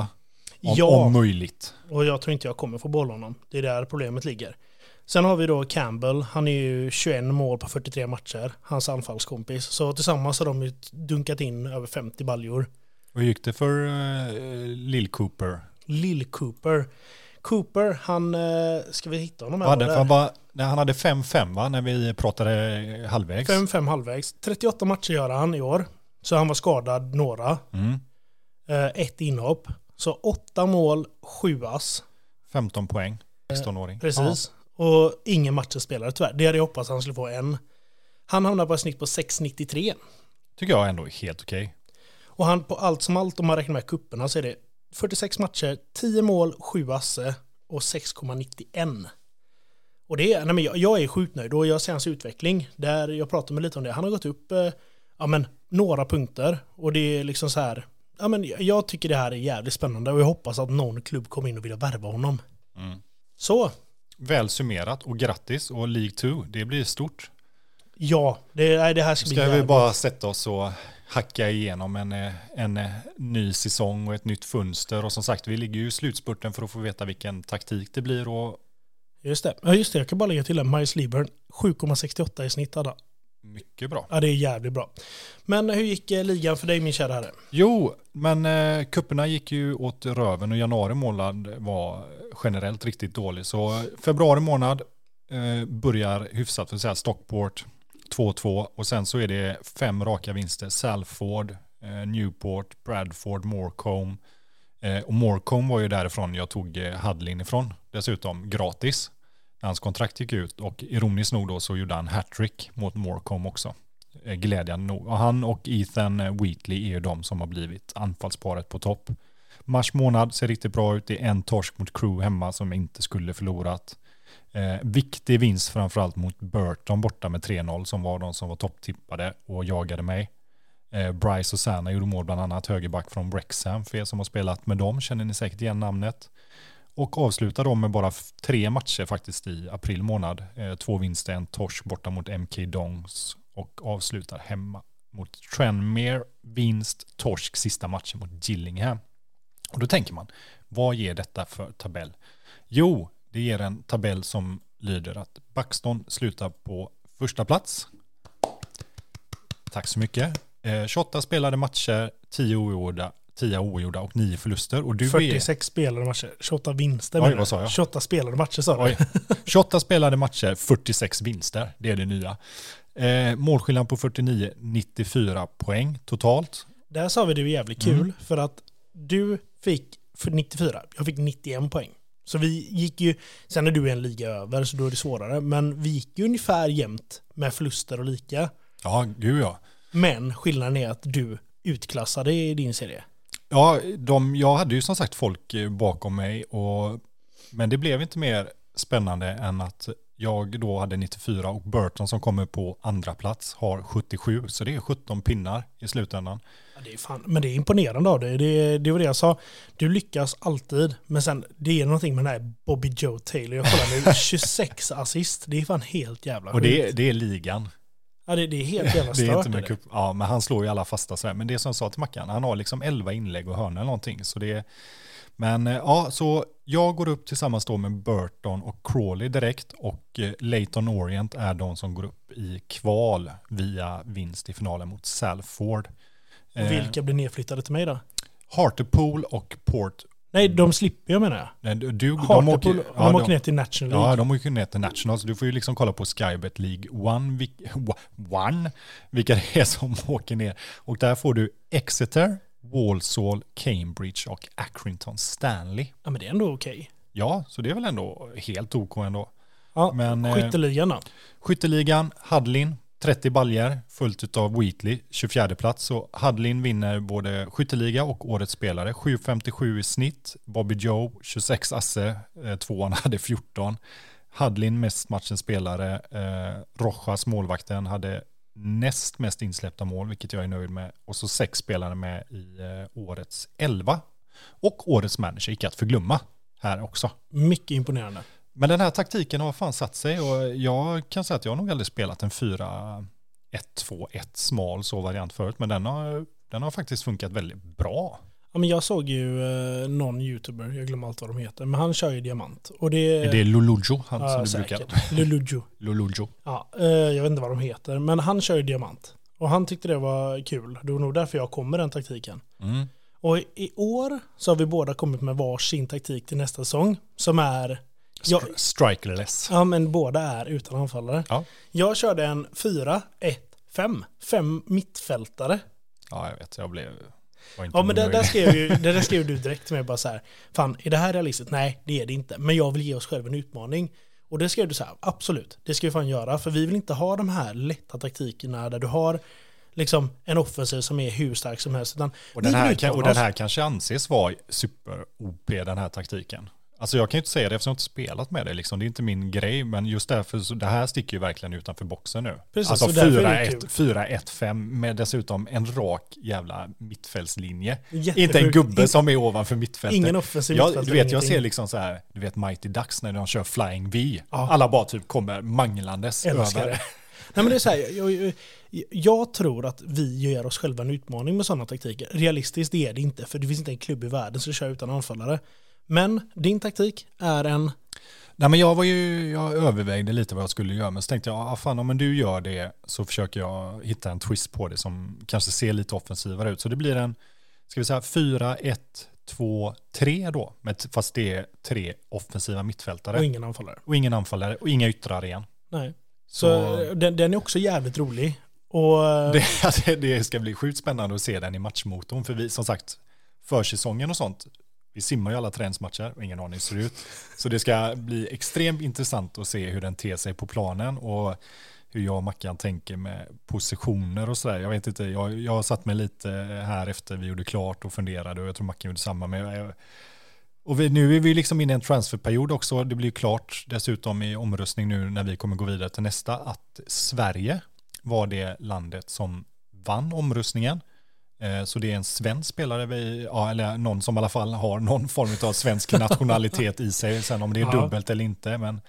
S2: Om,
S1: Ja.
S2: om möjligt.
S1: Och jag tror inte jag kommer få boll honom. Det är där problemet ligger. Sen har vi då Campbell. Han är ju 21 mål på 43 matcher. Hans anfallskompis. Så tillsammans har de ju dunkat in över 50 baljor.
S2: Hur gick det för eh, Lill Cooper?
S1: Lill Cooper. Cooper, han... eh, Ska vi hitta honom
S2: Han hade,
S1: var
S2: för
S1: det?
S2: han, var, nej, han hade 5-5 va, när vi pratade halvvägs.
S1: 5-5 halvvägs. 38 matcher gör han i år. Så han var skadad några.
S2: Mm.
S1: Eh, Ett inhopp. Så åtta mål, sju ass.
S2: 15 poäng, 16-åring.
S1: Precis. Och ingen matcher spelade tyvärr. Det hade jag hoppats att han skulle få en. Han hamnar på ett snitt på 6,93.
S2: Ja, tycker jag ändå är helt okej.
S1: Och han på allt som allt, om man räknar med kupperna så är det 46 matcher, 10 mål, 7 asse och 6,91. Och det är, nej men jag, jag är sjukt nöjd och jag ser hans utveckling. Där jag pratade med lite om det. Han har gått upp eh, ja men, några punkter och det är liksom så här, ja, ja, men jag tycker det här är jävligt spännande och jag hoppas att någon klubb kommer in och vill värva honom.
S2: Mm.
S1: Så,
S2: Väl summerat och grattis och League 2, det blir stort.
S1: ja, det, nej, det här ska,
S2: Ska
S1: bli
S2: vi
S1: jävligt.
S2: bara sätta oss och hacka igenom en, eh, en eh, ny säsong och ett nytt fönster. Och som sagt, vi ligger ju i slutspurten för att få veta vilken taktik det blir. Och
S1: Just det. Ja, just det, jag kan bara lägga till en Miles Lieburn, 7,68 i snitt hade han.
S2: mycket bra.
S1: Ja, det är jävligt bra. Men hur gick eh, ligan för dig min kära herre?
S2: Jo, men eh, kupperna gick ju åt röven och januari månad var generellt riktigt dålig. Så februari månad eh, börjar hyfsat, för att säga Stockport 2-2 och sen så är det fem raka vinster. Salford, eh, Newport, Bradford, Morecombe. Eh, och Morecombe var ju därifrån jag tog eh, Hadlin ifrån, dessutom gratis. Hans kontrakt gick ut och ironiskt nog då så gjorde han hattrick mot Morecombe också eh, glädjande nog. Och han och Ethan eh, Wheatley är ju de som har blivit anfallsparet på topp. Mars månad ser riktigt bra ut. Det är en torsk mot Crew hemma som inte skulle förlorat. Eh, viktig vinst framförallt mot Burton borta med 3-0 som var de som var topptippade och jagade mig. Eh, Bryce och Sana gjorde mål bland annat högerback från Wrexham. För er som har spelat med dem känner ni säkert igen namnet. Och avslutar de med bara f- tre matcher faktiskt i april månad. Eh, två vinster, en torsk borta mot MK Dongs och avslutar hemma mot Tranmere. Vinst, torsk, sista matchen mot Gillingham. Och då tänker man, vad ger detta för tabell? Jo, det ger en tabell som lyder att Buxton slutar på första plats. Tack så mycket. Eh, 28 spelade matcher, 10 ogjorda, 10 ogjorda och 9 förluster. Och du är...
S1: 46 spelade matcher, 28 vinster.
S2: Oj,
S1: menar
S2: vad sa jag?
S1: 28 spelade matcher sa du.
S2: Oj. 28 spelade matcher, 46 vinster. Det är det nya. Eh, målskillnad på 49, 94 poäng totalt.
S1: Där sa vi det är jävligt kul
S2: Mm.
S1: för att du fick för 94, jag fick 91 poäng. Så vi gick ju, sen är du en liga över så då är det svårare, men vi gick ju ungefär jämnt med förluster och lika.
S2: Ja, gud ja.
S1: Men skillnaden är att du utklassade i din serie.
S2: Ja, de, jag hade ju som sagt folk eh, bakom mig, och, men det blev inte mer spännande än att jag då hade 94 och Burton som kommer på andra plats har 77, så det är 17 pinnar i slutändan.
S1: Ja, det är fan, men det är imponerande av dig. Det, det var det jag sa. Du lyckas alltid, men sen det är någonting med den här Bobby Joe Taylor. Jag kollar nu, 26 assist. Det är fan helt jävla
S2: Och det, är-
S1: sjukt.
S2: det är ligan.
S1: ja, det, det är helt jävla
S2: Det är
S1: stört.
S2: inte
S1: är
S2: med
S1: det.
S2: kupp, ja, men han slår ju alla fasta sådär. Men det som jag sa till Mackan, han har liksom 11 inlägg och hörnor eller någonting. Så det är, men eh, ja, så jag går upp tillsammans då med Burton och Crawley direkt och eh, Leighton Orient är de som går upp i kval via vinst i finalen mot Salford. Eh,
S1: Vilka blir nedflyttade till mig då?
S2: Hartlepool och Port.
S1: Nej, de slipper jag menar jag.
S2: Nej, du, du, Mm. de åker,
S1: Hartlepool, de åker,
S2: ja, de-
S1: ner till National League.
S2: Ja, de åker ner till Nationals. Du får ju liksom kolla på Skybet League One, vil- wa- one vilka det är som åker ner. Och där får du Exeter, Walsall, Cambridge och Accrington Stanley.
S1: Ja, men det är ändå okej.
S2: Ja, så det är väl ändå helt OK ändå.
S1: Ja,
S2: Men, eh,
S1: Skytteligan då?
S2: Skytteligan, Hadlin, 30 baljer följt av Wheatley, 24 plats. Så Hadlin vinner både skytteliga och årets spelare, 7,57 i snitt. Bobby Joe, 26 asse, eh, tvåan hade 14. Hadlin mest matchens spelare, eh, Rojas, målvakten, hade näst mest insläppta mål, vilket jag är nöjd med. Och så sex spelare med i eh, årets 11. Och årets manager, icke att förglömma, här också.
S1: Mycket imponerande.
S2: Men den här taktiken har fan satt sig och jag kan säga att jag har nog aldrig spelat en 4-1-2-1 smal så variant förut, men den har, den har faktiskt funkat väldigt bra.
S1: Ja, men jag såg ju eh, någon youtuber, jag glömmer allt vad de heter, men han kör ju diamant. Och det,
S2: Det är Lulujo, han som
S1: Eh, ja,
S2: du
S1: säkert.
S2: brukar.
S1: Lulujo.
S2: Lulujo.
S1: Ja, eh, jag vet inte vad de heter, men han kör ju diamant. Och han tyckte det var kul. Det var nog därför jag kom med den taktiken.
S2: Mm.
S1: Och i- i år så har vi båda kommit med varsin taktik till nästa säsong. Som är, ja,
S2: Stri- Strikerless.
S1: ja men båda är utan anfallare.
S2: Ja.
S1: Jag körde en 4, 1, 5. Fem mittfältare.
S2: ja, jag vet, jag blev... Var inte
S1: Ja men det
S2: nöjd.
S1: där skrev, ju, det där skrev du direkt till mig bara så här. Fan, är det här realistiskt? Nej, det är det inte. Men jag vill ge oss själva en utmaning. Och det skrev du så här, absolut, det ska vi fan göra. För vi vill inte ha de här lätta taktikerna där du har liksom en offensiv som är hur stark som helst. Utan
S2: och, den
S1: vi vill
S2: här, kan-
S1: utmana
S2: och den
S1: oss.
S2: här kanske anses vara super-OP, den här taktiken. Alltså jag kan ju inte säga det eftersom jag inte spelat med det liksom. Det är inte min grej, men just därför så det här sticker ju verkligen utanför boxen nu.
S1: Precis,
S2: alltså
S1: så därför är det
S2: 4-1
S1: kul.
S2: 4-1-5 med dessutom en rak jävla mittfältslinje.
S1: Jättesjukt.
S2: Inte en gubbe
S1: In-
S2: som är ovanför mittfältet.
S1: Ingen offensiv
S2: jag,
S1: mittfältare,
S2: Du vet, jag
S1: ingenting.
S2: ser liksom så här, du vet Mighty Ducks när de kör Flying V. Alla bara typ kommer manglandes
S1: Älskar
S2: över.
S1: det. Nej, men det är så här, jag, jag, jag tror att vi ger oss själva en utmaning med sådana taktiker. Realistiskt är det inte, för det finns inte en klubb i världen som kör utan anfallare. Men din taktik är en...
S2: Nej, men jag, var ju, jag övervägde lite vad jag skulle göra, men så tänkte jag, ah, fan, om du gör det så försöker jag hitta en twist på det som kanske ser lite offensivare ut. Så det blir en, ska vi säga 4, 1, 2, 3 då, men t- fast det är tre offensiva mittfältare
S1: och ingen anfallare.
S2: och ingen anfallare och inga yttrar igen.
S1: Nej. Så, eh,
S2: Så
S1: Den, den är också jävligt rolig. Och eh,
S2: det, alltså, det ska bli sjukt spännande att se den i matchmotorn, för vi som sagt, försäsongen och sånt, vi simmar ju alla träningsmatcher och ingen aning hur det ser ut. Så det ska bli extremt intressant att se hur den ter sig på planen och hur jag och Mackan tänker med positioner och sådär. Jag vet inte, jag, jag har satt mig lite här efter vi gjorde klart och funderade och jag tror Mackan gjorde samma. Men jag, och vi, nu är vi liksom inne i en transferperiod också. Det blir ju klart dessutom i omröstning nu när vi kommer gå vidare till nästa att Sverige var det landet som vann omröstningen. Eh, Så det är en svensk spelare, vi, ja, eller någon som i alla fall har någon form av svensk nationalitet i sig, sen om det är
S1: Ja.
S2: dubbelt eller inte. Men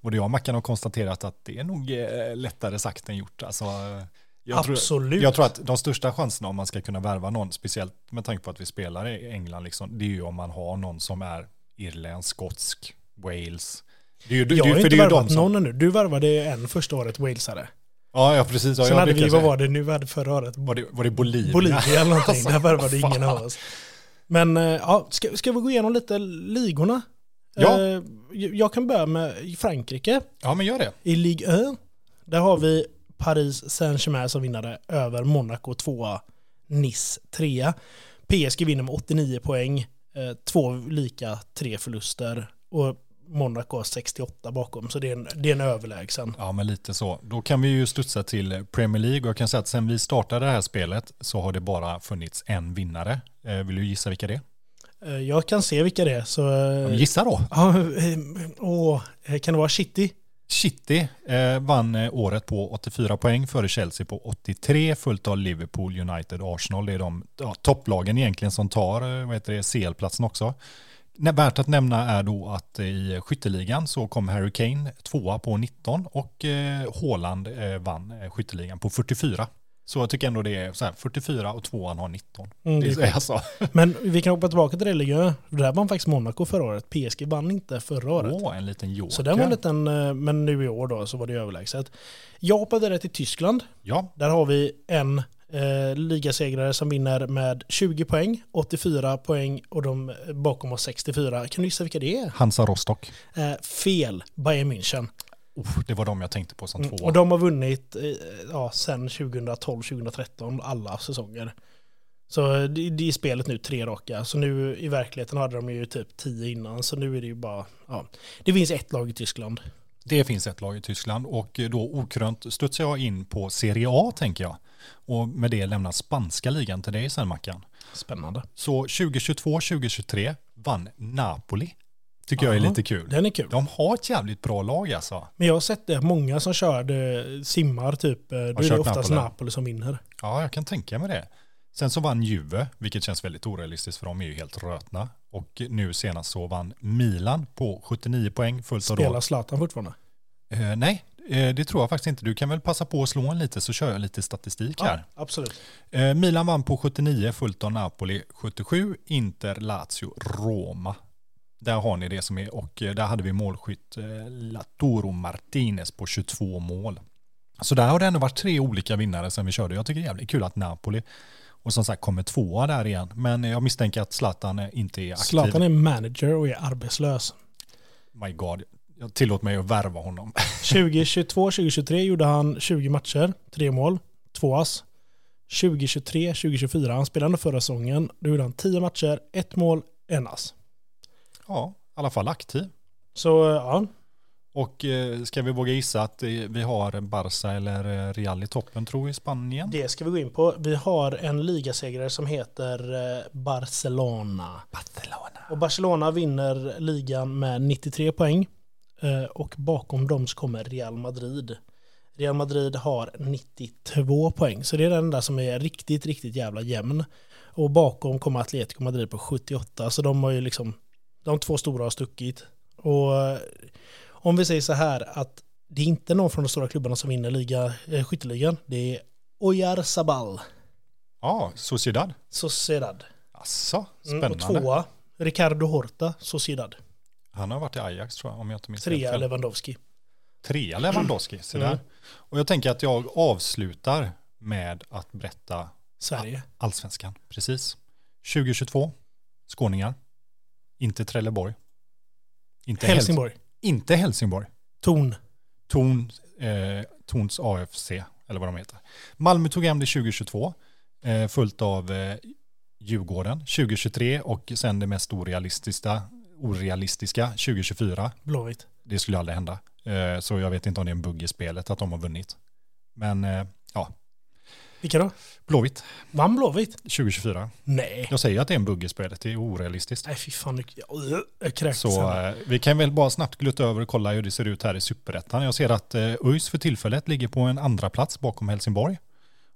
S2: både jag och Mackan har konstaterat att det är nog eh, lättare sagt än gjort. Alltså, eh, jag tror-
S1: absolut.
S2: jag tror att de största chanserna om man ska kunna värva någon, speciellt med tanke på att vi spelar i England, liksom, det är ju om man har någon som är irländsk, skotsk, Wales. Det är ju,
S1: jag
S2: det, är
S1: har
S2: ju- för
S1: inte
S2: det är ju
S1: värvat
S2: de som,
S1: någon ännu. Du värvade en första året walesare.
S2: Ja, ja precis. Ja,
S1: Sen
S2: jag
S1: hade
S2: brukar
S1: vi, vad
S2: säga-
S1: var det nu, vi hade förra året?
S2: var det? Var det Bolivia?
S1: Bolivia eller någonting.
S2: Alltså,
S1: Där värvade
S2: vad fan.
S1: ingen av oss. Men eh, ja, ska, ska vi gå igenom lite ligorna?
S2: Ja.
S1: Eh, Jag kan börja med Frankrike.
S2: Ja, men gör det.
S1: I Ligue 1, där har vi Paris Saint-Germain som vinnare över Monaco 2 Nice 3 PSG vinner med 89 poäng, eh, två lika, tre förluster och Monaco har 68 bakom, så det är en, det är en överlägsen.
S2: Ja, men lite så. Då kan vi ju studsa till Premier League och jag kan säga att sen vi startade det här spelet så har det bara funnits en vinnare. Eh, Vill du gissa vilka det är?
S1: Eh, Jag kan se vilka det är, så... eh,
S2: Ja, men Gissa då.
S1: Ja, eh, åh, eh, kan det vara City?
S2: City eh, vann eh, året på 84 poäng före Chelsea på 83, följt av Liverpool, United, Arsenal. Det är de ja, topplagen egentligen som tar eh, vad heter det, CL-platsen också. Nä- Värt att nämna är då att eh, i skytteligan så kom Harry Kane tvåa på 19 och eh, Haaland eh, vann eh, skytteligan på 44. Så jag tycker ändå det är så här, 44 och tvåan har 19.
S1: Mm,
S2: det
S1: det
S2: är, alltså,
S1: Men vi kan hoppa tillbaka till det Ligue 1. Där vann faktiskt Monaco förra året. PSG vann inte förra året.
S2: åh, en liten joker.
S1: Så den var en liten, eh, men nu i år då så var det överlägset. Jag hoppade rätt till Tyskland.
S2: Ja,
S1: Där har vi en eh, ligasegrare som vinner med 20 poäng, 84 poäng och de eh, bakom har 64. Kan du gissa vilka det är?
S2: Hansa Rostock.
S1: Eh, fel, Bayern München.
S2: Oh, det var de jag tänkte på som tvåa.
S1: Mm, Och de har vunnit eh, ja, sen 2012-2013 alla säsonger. Så eh, det, det är spelet nu tre raka. Så nu i verkligheten hade de ju typ 10 innan. Så nu är det ju bara, ja. Det finns ett lag i Tyskland.
S2: Det finns ett lag i Tyskland och eh, då okrönt studsar jag in på Serie A tänker jag. Och med det lämnar spanska ligan till dig sen Mackan.
S1: Spännande.
S2: Så 2022-2023 vann Napoli. Tycker jag är
S1: Aha.
S2: lite kul.
S1: Den är kul.
S2: De har ett jävligt bra lag alltså.
S1: Men jag har sett det, många som körde simmar typ, eh, då är det
S2: kört
S1: oftast
S2: Napoli.
S1: Napoli som vinner.
S2: Ja, jag kan tänka mig det. Sen så vann Juve, vilket känns väldigt orealistiskt för de är ju helt rötna. Och nu senast så vann Milan på 79 poäng följt av då
S1: Spelar Zlatan fortfarande?
S2: Eh, nej, eh, det tror jag faktiskt inte. Du kan väl passa på att slå en lite så kör jag lite statistik här.
S1: absolut.
S2: Eh, Milan vann på 79, fullt av Napoli 77, Inter, Lazio, Roma. Där har ni det som är och eh, där hade vi målskytt eh, Latoro Martinez på 22 mål. Så där har det ändå varit tre olika vinnare som vi körde. Jag tycker det är jävligt kul att Napoli och som sagt kommer tvåa där igen. Men jag misstänker att Zlatan eh, inte är aktiv.
S1: Zlatan är manager och är arbetslös.
S2: My God, jag tillåt mig att värva honom.
S1: 2022-2023 gjorde han 20 matcher, 3 mål, 2 ass. 2023-2024, han spelade ändå förra säsongen, då gjorde han 10 matcher, 1 mål, 1 ass.
S2: ja, i alla fall aktiv.
S1: Så eh, ja,
S2: Och eh, ska vi våga gissa att eh, vi har Barca eller eh, Real i toppen tror vi i Spanien?
S1: Det ska vi gå in på. Vi har en ligasegrare som heter eh, Barcelona.
S2: Barcelona.
S1: Och Barcelona vinner ligan med 93 poäng. Eh, Och bakom dem så kommer Real Madrid. Real Madrid har 92 poäng. Så det är den där som är riktigt, riktigt jävla jämn. Och bakom kommer Atletico Madrid på 78. Så de har ju liksom, de två stora har stuckit. Och eh, om vi säger så här att det är inte någon från de stora klubbarna som vinner liga, eh, skytteligan. Det är Oyarzabal,
S2: Ja, Sociedad.
S1: Sociedad.
S2: Asså,
S1: Mm, och
S2: spännande.
S1: tvåa, Ricardo Horta, Sociedad.
S2: Han har varit i Ajax tror jag, om jag inte minns helt
S1: Trea
S2: fel.
S1: Lewandowski.
S2: Trea Lewandowski, så där.
S1: Mm.
S2: Och jag tänker att jag avslutar med att berätta
S1: Sverige.
S2: allsvenskan. Precis. 2022, skåningar. Inte Trelleborg. Inte Häls-
S1: Helsingborg.
S2: inte Helsingborg.
S1: Torn.
S2: Torn, eh, Torns AFC, eller vad de heter. Malmö tog hem det 2022, eh, följt av eh, Djurgården 2023 och sen det mest orealistiska, orealistiska 2024.
S1: Blåvitt.
S2: Det skulle aldrig hända. Eh, så jag vet inte om det är en bugg i spelet att de har vunnit. Men eh, ja,
S1: Vilka då?
S2: Blåvitt
S1: Vann Blåvitt?
S2: 2024.
S1: Nej.
S2: Jag säger att det är en bugg i spelet, det är orealistiskt.
S1: Nej, fy fan. nu- Jag, jag kräktes.
S2: Så
S1: Så...
S2: eh, vi kan väl bara snabbt glutta över och kolla hur det ser ut här i superettan. Jag ser att eh, ÖIS för tillfället ligger på en andra plats bakom Helsingborg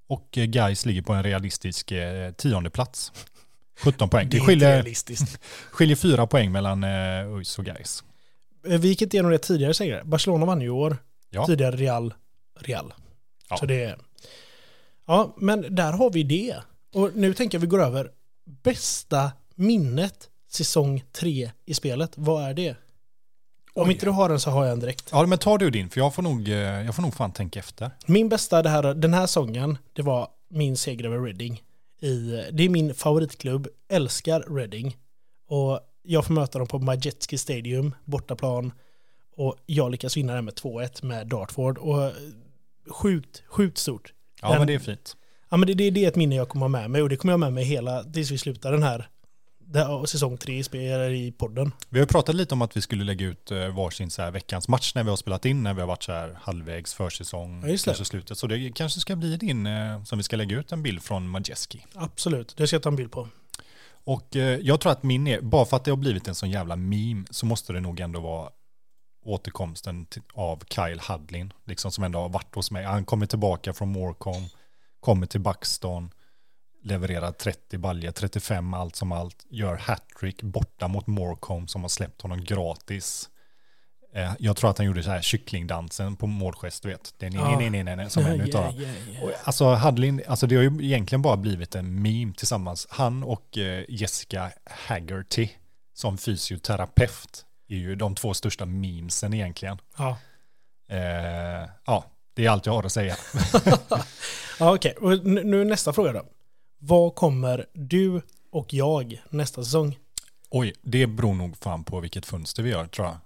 S2: och eh, Gais ligger på en realistisk eh, tionde plats. 17 poäng.
S1: Det
S2: Det
S1: är inte
S2: skiljer,
S1: realistiskt.
S2: skiljer fyra poäng mellan eh, ÖIS och Gais.
S1: Eh, Vi gick inte igenom det tidigare segrar. Barcelona vann ju i år.
S2: Ja.
S1: Tidigare Real. Real.
S2: Ja.
S1: Så det är... Ja, men där har vi det. Och nu tänker jag vi går över bästa minnet säsong tre i spelet. Vad är det? Om
S2: Oj.
S1: inte du har den så har jag en direkt.
S2: Ja, men tar du din, för jag får nog, eh, jag får nog fan tänka efter.
S1: Min bästa det här, den här sången, det var min seger över Reading. I, det är min favoritklubb, älskar Reading. Och jag får möta dem på Majetski Stadium, bortaplan. Och jag lyckas vinna den med 2-1 med Dartford. Och eh, sjukt, sjukt stort.
S2: Ja,
S1: Den-
S2: men det är fint.
S1: Ja, men det, det, det är ett minne jag kommer ha med mig och det kommer jag ha med mig hela tills vi slutar den här det här- säsong tre i, spe- eller i podden.
S2: Vi har ju pratat lite om att vi skulle lägga ut eh, varsin så här veckans match när vi har spelat in, när vi har varit så här halvvägs försäsong,
S1: Ja, just det.
S2: kanske slutet. Så det kanske ska bli din, eh, som vi ska lägga ut en bild från Majeski.
S1: Absolut, det ska jag ta en bild på.
S2: Och eh, jag tror att min är, bara för att det har blivit en sån jävla meme så måste det nog ändå vara återkomsten till, av Kyle Hudlin, liksom som ändå har varit hos mig. Han kommer tillbaka från Morecom, kommer till Buxton, levererar 30 baljer, 35 allt som allt, gör hattrick borta mot Morecom som har släppt honom gratis. Eh, jag tror att han gjorde så här kycklingdansen på målgest, du vet. Det är nej,
S1: Ja.
S2: nej, nej, nej, nej, som en
S1: Ja,
S2: utav
S1: ja, ja, ja.
S2: och, Alltså Hadlin, alltså det har ju egentligen bara blivit en meme tillsammans. Han och eh, Jessica Haggerty som fysioterapeut är ju de två största memesen egentligen.
S1: Ja.
S2: Eh, ja, det är allt jag har att säga.
S1: Ja, okej. Och nu, nu nästa fråga då. Vad kommer du och jag nästa säsong?
S2: Oj, det beror nog fan på vilket fönster vi gör tror jag.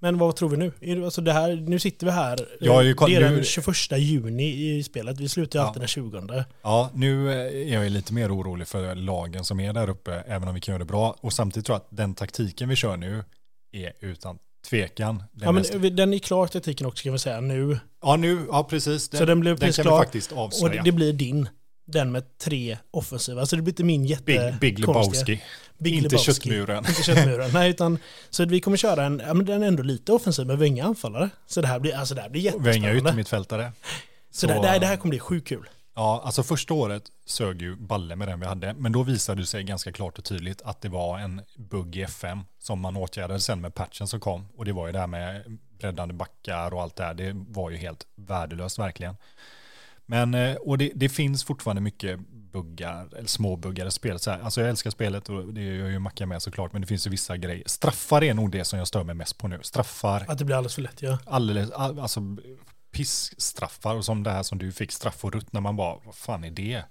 S1: Men vad tror vi nu? Är det- Alltså det här, nu sitter vi här. eh,
S2: Jag har ju koll-
S1: det är
S2: nu-
S1: den 21 juni i spelet. Vi slutar ju alltid den 20.
S2: Ja, nu eh, är jag ju lite mer orolig för lagen som är där uppe, även om vi kan göra det bra. Och samtidigt tror jag att den taktiken vi kör nu är utan tvekan. Den
S1: Ja, men
S2: mest-
S1: den är klar kritiken också kan vi säga nu.
S2: ja nu, ja precis. Den,
S1: Så den blev
S2: den
S1: precis
S2: kan
S1: klar.
S2: vi faktiskt
S1: Och
S2: avslöja.
S1: det, det blir din. Den med tre offensiva. Så det blir inte min jätte...
S2: Big, Big
S1: Eh, konstiga-
S2: Lebowski.
S1: Big
S2: inte
S1: Lebowski.
S2: köttmuren.
S1: Inte köttmuren. Nej, utan så att vi kommer köra en, ja men den är ändå lite offensiv, men vi har inga anfallare. Så det här blir, alltså det här blir
S2: Vänga ut
S1: jättespännande.
S2: mitt fältare.
S1: Så det, det, här- det här kommer bli sjukt kul.
S2: Ja, alltså första året sög ju balle med den vi hade, men då visade det sig ganska klart och tydligt att det var en bugg i FM som man åtgärdade sen med patchen som kom. Och det var ju det här med breddande backar och allt det här. Det var ju helt värdelöst verkligen. Men, eh, och det, det finns fortfarande mycket buggar, eller småbuggar i spelet. Så här, alltså jag älskar spelet och det gör ju Macka med såklart, men det finns ju vissa grejer. Straffar är nog det som jag stör mig mest på nu. Straffar,
S1: Att det blir alldeles för lätt, ja.
S2: alldeles, all, alltså pissstraffar och som det här som du fick straff och rutt när man bara, vad fan är det?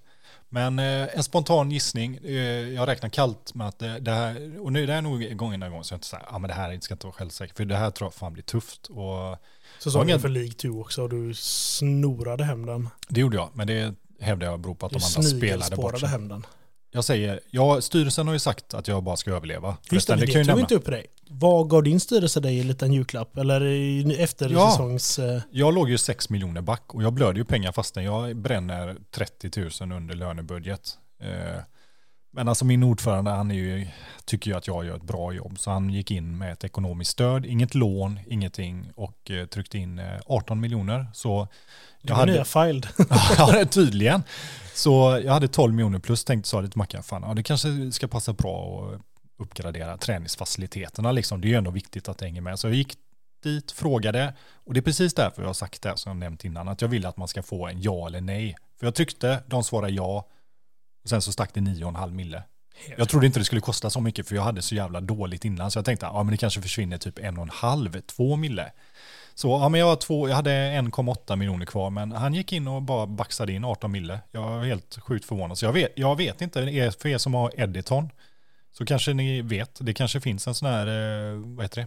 S2: Men eh, en spontan gissning, eh, jag räknar kallt med att det, det här, och nu det här är nog gången en gång så jag inte säger, ja ah, men det här ska inte vara självsäker, för det här tror jag fan blir tufft. Och
S1: Så sa
S2: Många-
S1: du för League 2 också och du snorade hem den.
S2: det gjorde jag, men det hävdar jag beror på att
S1: Du
S2: de andra spelade bort.
S1: snigelspårade
S2: sig.
S1: hem den.
S2: Jag säger, ja, styrelsen har ju sagt att jag bara ska överleva.
S1: Just det,
S2: Förresten,
S1: det,
S2: kan
S1: det
S2: jag ju
S1: tog vi
S2: nämna.
S1: inte upp på dig. Vad gav din styrelse dig i en liten julklapp? Eller i efter
S2: Ja.
S1: säsongs... eh,
S2: Jag låg ju 6 miljoner back och jag blöder ju pengar fastän jag bränner 30 000 under lönebudget. Eh, Men alltså min ordförande, han är ju, tycker ju att jag gör ett bra jobb. Så han gick in med ett ekonomiskt stöd, inget lån, ingenting och eh, tryckte in eh, 18 miljoner. Så
S1: Du
S2: jag
S1: var
S2: hade,
S1: nya filed.
S2: ja, tydligen. Så jag hade 12 miljoner plus, tänkte sa det till Mackan, fan ja, det kanske ska passa bra att uppgradera träningsfaciliteterna liksom. Det är ju ändå viktigt att det hänger med. Så jag gick dit, frågade och det är precis därför jag har sagt det här som jag nämnt innan, att jag vill att man ska få en ja eller nej. För jag tryckte, de svarade ja och sen så stack det 9,5 mille. Jag trodde inte det skulle kosta så mycket för jag hade så jävla dåligt innan så jag tänkte ja men det kanske försvinner typ en och en halv, två mille. Så ja men jag, har två, jag hade 1,8 miljoner kvar men han gick in och bara baxade in 18 mille. Jag var helt sjukt förvånad. Så jag vet, jag vet inte, er- för er som har Editon så kanske ni vet, det kanske finns en sån här, eh, vad heter det,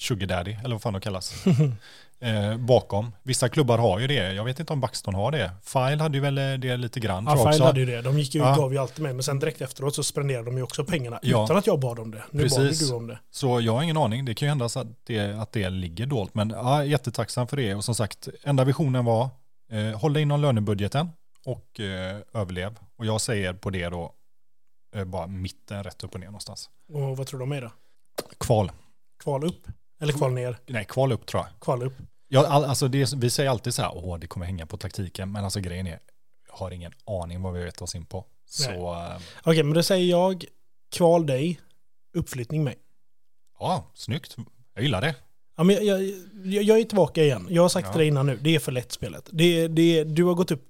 S2: sugar daddy eller vad fan de kallas. Eh, bakom. Vissa klubbar har ju det. Jag vet inte om Baxton har det. File hade ju väl eh, det lite grann. tror jag
S1: Ja, File
S2: också.
S1: hade ju det. De gick ju,
S2: Ja.
S1: gav ju alltid mig, men sen direkt efteråt så spenderade de ju också pengarna
S2: Ja.
S1: utan att jag bad om det. Nu bad
S2: Precis.
S1: ju du om det.
S2: Så jag har ingen aning. Det kan ju hända så att det, att det ligger dolt. Men ja, jättetacksam för det. Och som sagt, enda visionen var eh, hålla inom lönebudgeten och eh, överlev. Och jag säger på det då eh, bara mitten rätt upp och ner någonstans.
S1: Och vad tror du om mig då?
S2: Kval.
S1: Kval upp? Eller kval ner?
S2: Nej, kval upp tror jag.
S1: Kval upp?
S2: Ja, all, alltså det, vi säger alltid så här, åh det kommer hänga på taktiken. Men alltså grejen är, jag har ingen aning vad vi vet oss in på. Så eh,
S1: Okej, men då säger jag kval dig, uppflyttning mig.
S2: ja, snyggt. Jag gillar det.
S1: Ja, men jag, jag, jag, jag är tillbaka igen. Jag har sagt
S2: Ja.
S1: till dig innan nu, det är för lätt spelet. Det, det, du har gått upp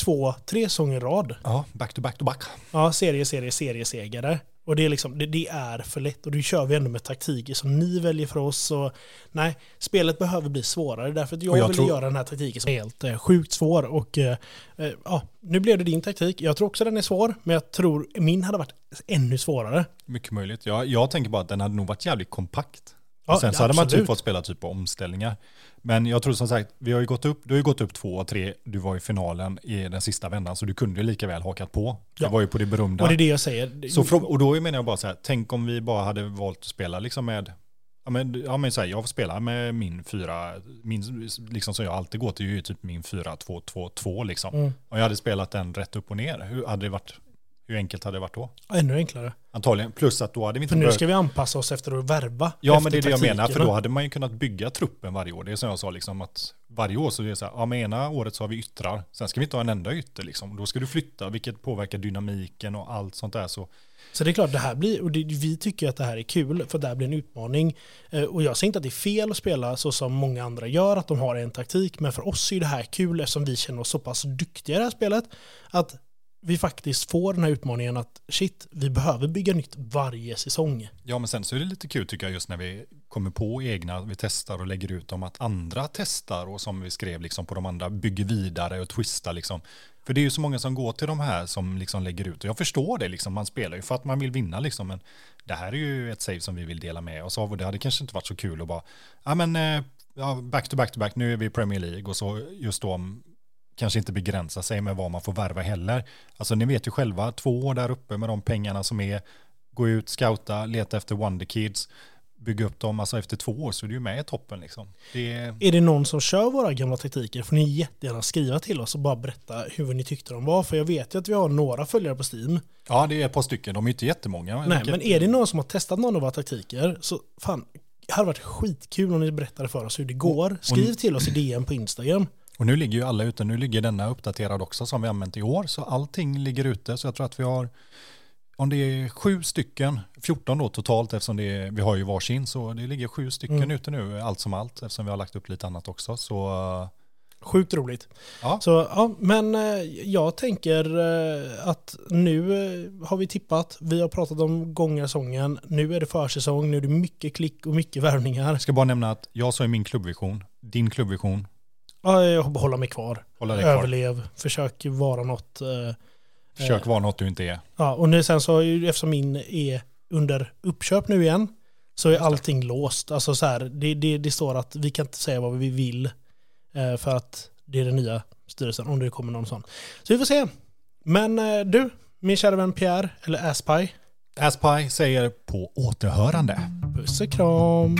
S1: två, tre säsonger i rad.
S2: Ja, back to back to back.
S1: Ja, serie, serie, seriesegare. Och det är, liksom, det, det är för lätt. Och då kör vi ändå med taktiker som ni väljer för oss. Och, nej, spelet behöver bli svårare. Därför att jag,
S2: Och jag
S1: ville
S2: tror-
S1: göra den här taktiken som är helt eh, sjukt svår. Och eh, eh, ja, nu blev det din taktik. Jag tror också den är svår, men jag tror min hade varit ännu svårare.
S2: Mycket möjligt. Jag, jag tänker bara att den hade nog varit jävligt kompakt.
S1: Ja,
S2: och sen så hade man typ
S1: absolut.
S2: fått spela typ på omställningar. Men jag tror som sagt, vi har ju gått upp, du har ju gått upp två och tre, du var i finalen i den sista vändan, så du kunde ju lika väl hakat på.
S1: Ja.
S2: Det var ju på det berömda.
S1: Och det är det jag säger.
S2: så frå- och då menar jag bara så här, tänk om vi bara hade valt att spela liksom med, ja men, ja, men så här, jag får spela med min fyra, min, liksom som jag alltid går till, är ju typ min fyra, två, två, två liksom.
S1: Mm.
S2: Om jag hade spelat den rätt upp och ner, hur, hade det varit, hur enkelt hade det varit då?
S1: Ännu enklare.
S2: Antagligen, plus att då hade vi inte
S1: För nu
S2: behövt-
S1: ska vi anpassa oss efter att värva.
S2: Ja,
S1: efter
S2: men det är det jag menar, för
S1: taktikerna.
S2: då hade man ju kunnat bygga truppen varje år. Det är som jag sa, liksom, att varje år så är det så här, ja men ena året så har vi yttrar, sen ska vi inte ha en enda ytter liksom. Då ska du flytta, vilket påverkar dynamiken och allt sånt där. Så
S1: Så det är klart, det här blir, och det, vi tycker att det här är kul, för det här blir en utmaning. Eh, och jag säger inte att det är fel att spela så som många andra gör, att de har en taktik, men för oss är det här kul eftersom vi känner oss så pass duktiga i det här spelet, att vi faktiskt får den här utmaningen att shit, vi behöver bygga nytt varje säsong.
S2: Ja, men sen så är det lite kul tycker jag just när vi kommer på egna, vi testar och lägger ut dem, att andra testar och som vi skrev liksom på de andra, bygger vidare och twistar liksom. För det är ju så många som går till de här som liksom lägger ut och jag förstår det liksom, man spelar ju för att man vill vinna liksom, men det här är ju ett save som vi vill dela med oss av och det hade kanske inte varit så kul att bara, ja men, eh, ja, back to back to back, nu är vi i Premier League och så just då om kanske inte begränsa sig med vad man får värva heller. Alltså ni vet ju själva, två år där uppe med de pengarna som är, gå ut, scouta, leta efter Wonder Kids, bygga upp dem, alltså efter två år så är du ju med i toppen liksom. Det är,
S1: Är det någon som kör våra gamla taktiker får ni jättegärna skriva till oss och bara berätta hur ni tyckte de var, för jag vet ju att vi har några följare på Steam,
S2: ja, det är ett par stycken, de är ju inte jättemånga.
S1: Nej,
S2: vilket-
S1: men är det någon som har testat någon av våra taktiker så fan, det hade varit skitkul om ni berättade för oss hur det går. Skriv till oss i DM på Instagram.
S2: Och nu ligger ju alla ute, nu ligger denna uppdaterad också som vi använt i år, så allting ligger ute, så jag tror att vi har om det är sju stycken, 14 då totalt eftersom det är, vi har ju varsin, så det ligger sju stycken
S1: Mm.
S2: ute nu, allt som allt, eftersom vi har lagt upp lite annat också. Så eh,
S1: Sjukt roligt.
S2: Ja.
S1: Så, ja, men eh, jag tänker eh, att nu eh, har vi tippat, vi har pratat om gångna säsongen, nu är det försäsong, nu är det mycket klick och mycket värvningar.
S2: jag ska bara nämna att jag sa ju min klubbvision, din klubbvision,
S1: Ja, jag håller mig kvar,
S2: hålla dig kvar,
S1: överlev, försök vara något. eh,
S2: försök vara något du inte är.
S1: Ja, och nu sen så, har ju- eftersom min är under uppköp nu igen, så är
S2: Just det.
S1: allting låst. Alltså så här, det, det, det står att vi kan inte säga vad vi vill eh, för att det är den nya styrelsen, om det kommer någon sån. Så vi får se. Men eh, du, min kära vän Pierre, eller Aspie,
S2: Aspie säger på återhörande.
S1: puss. Puss och kram!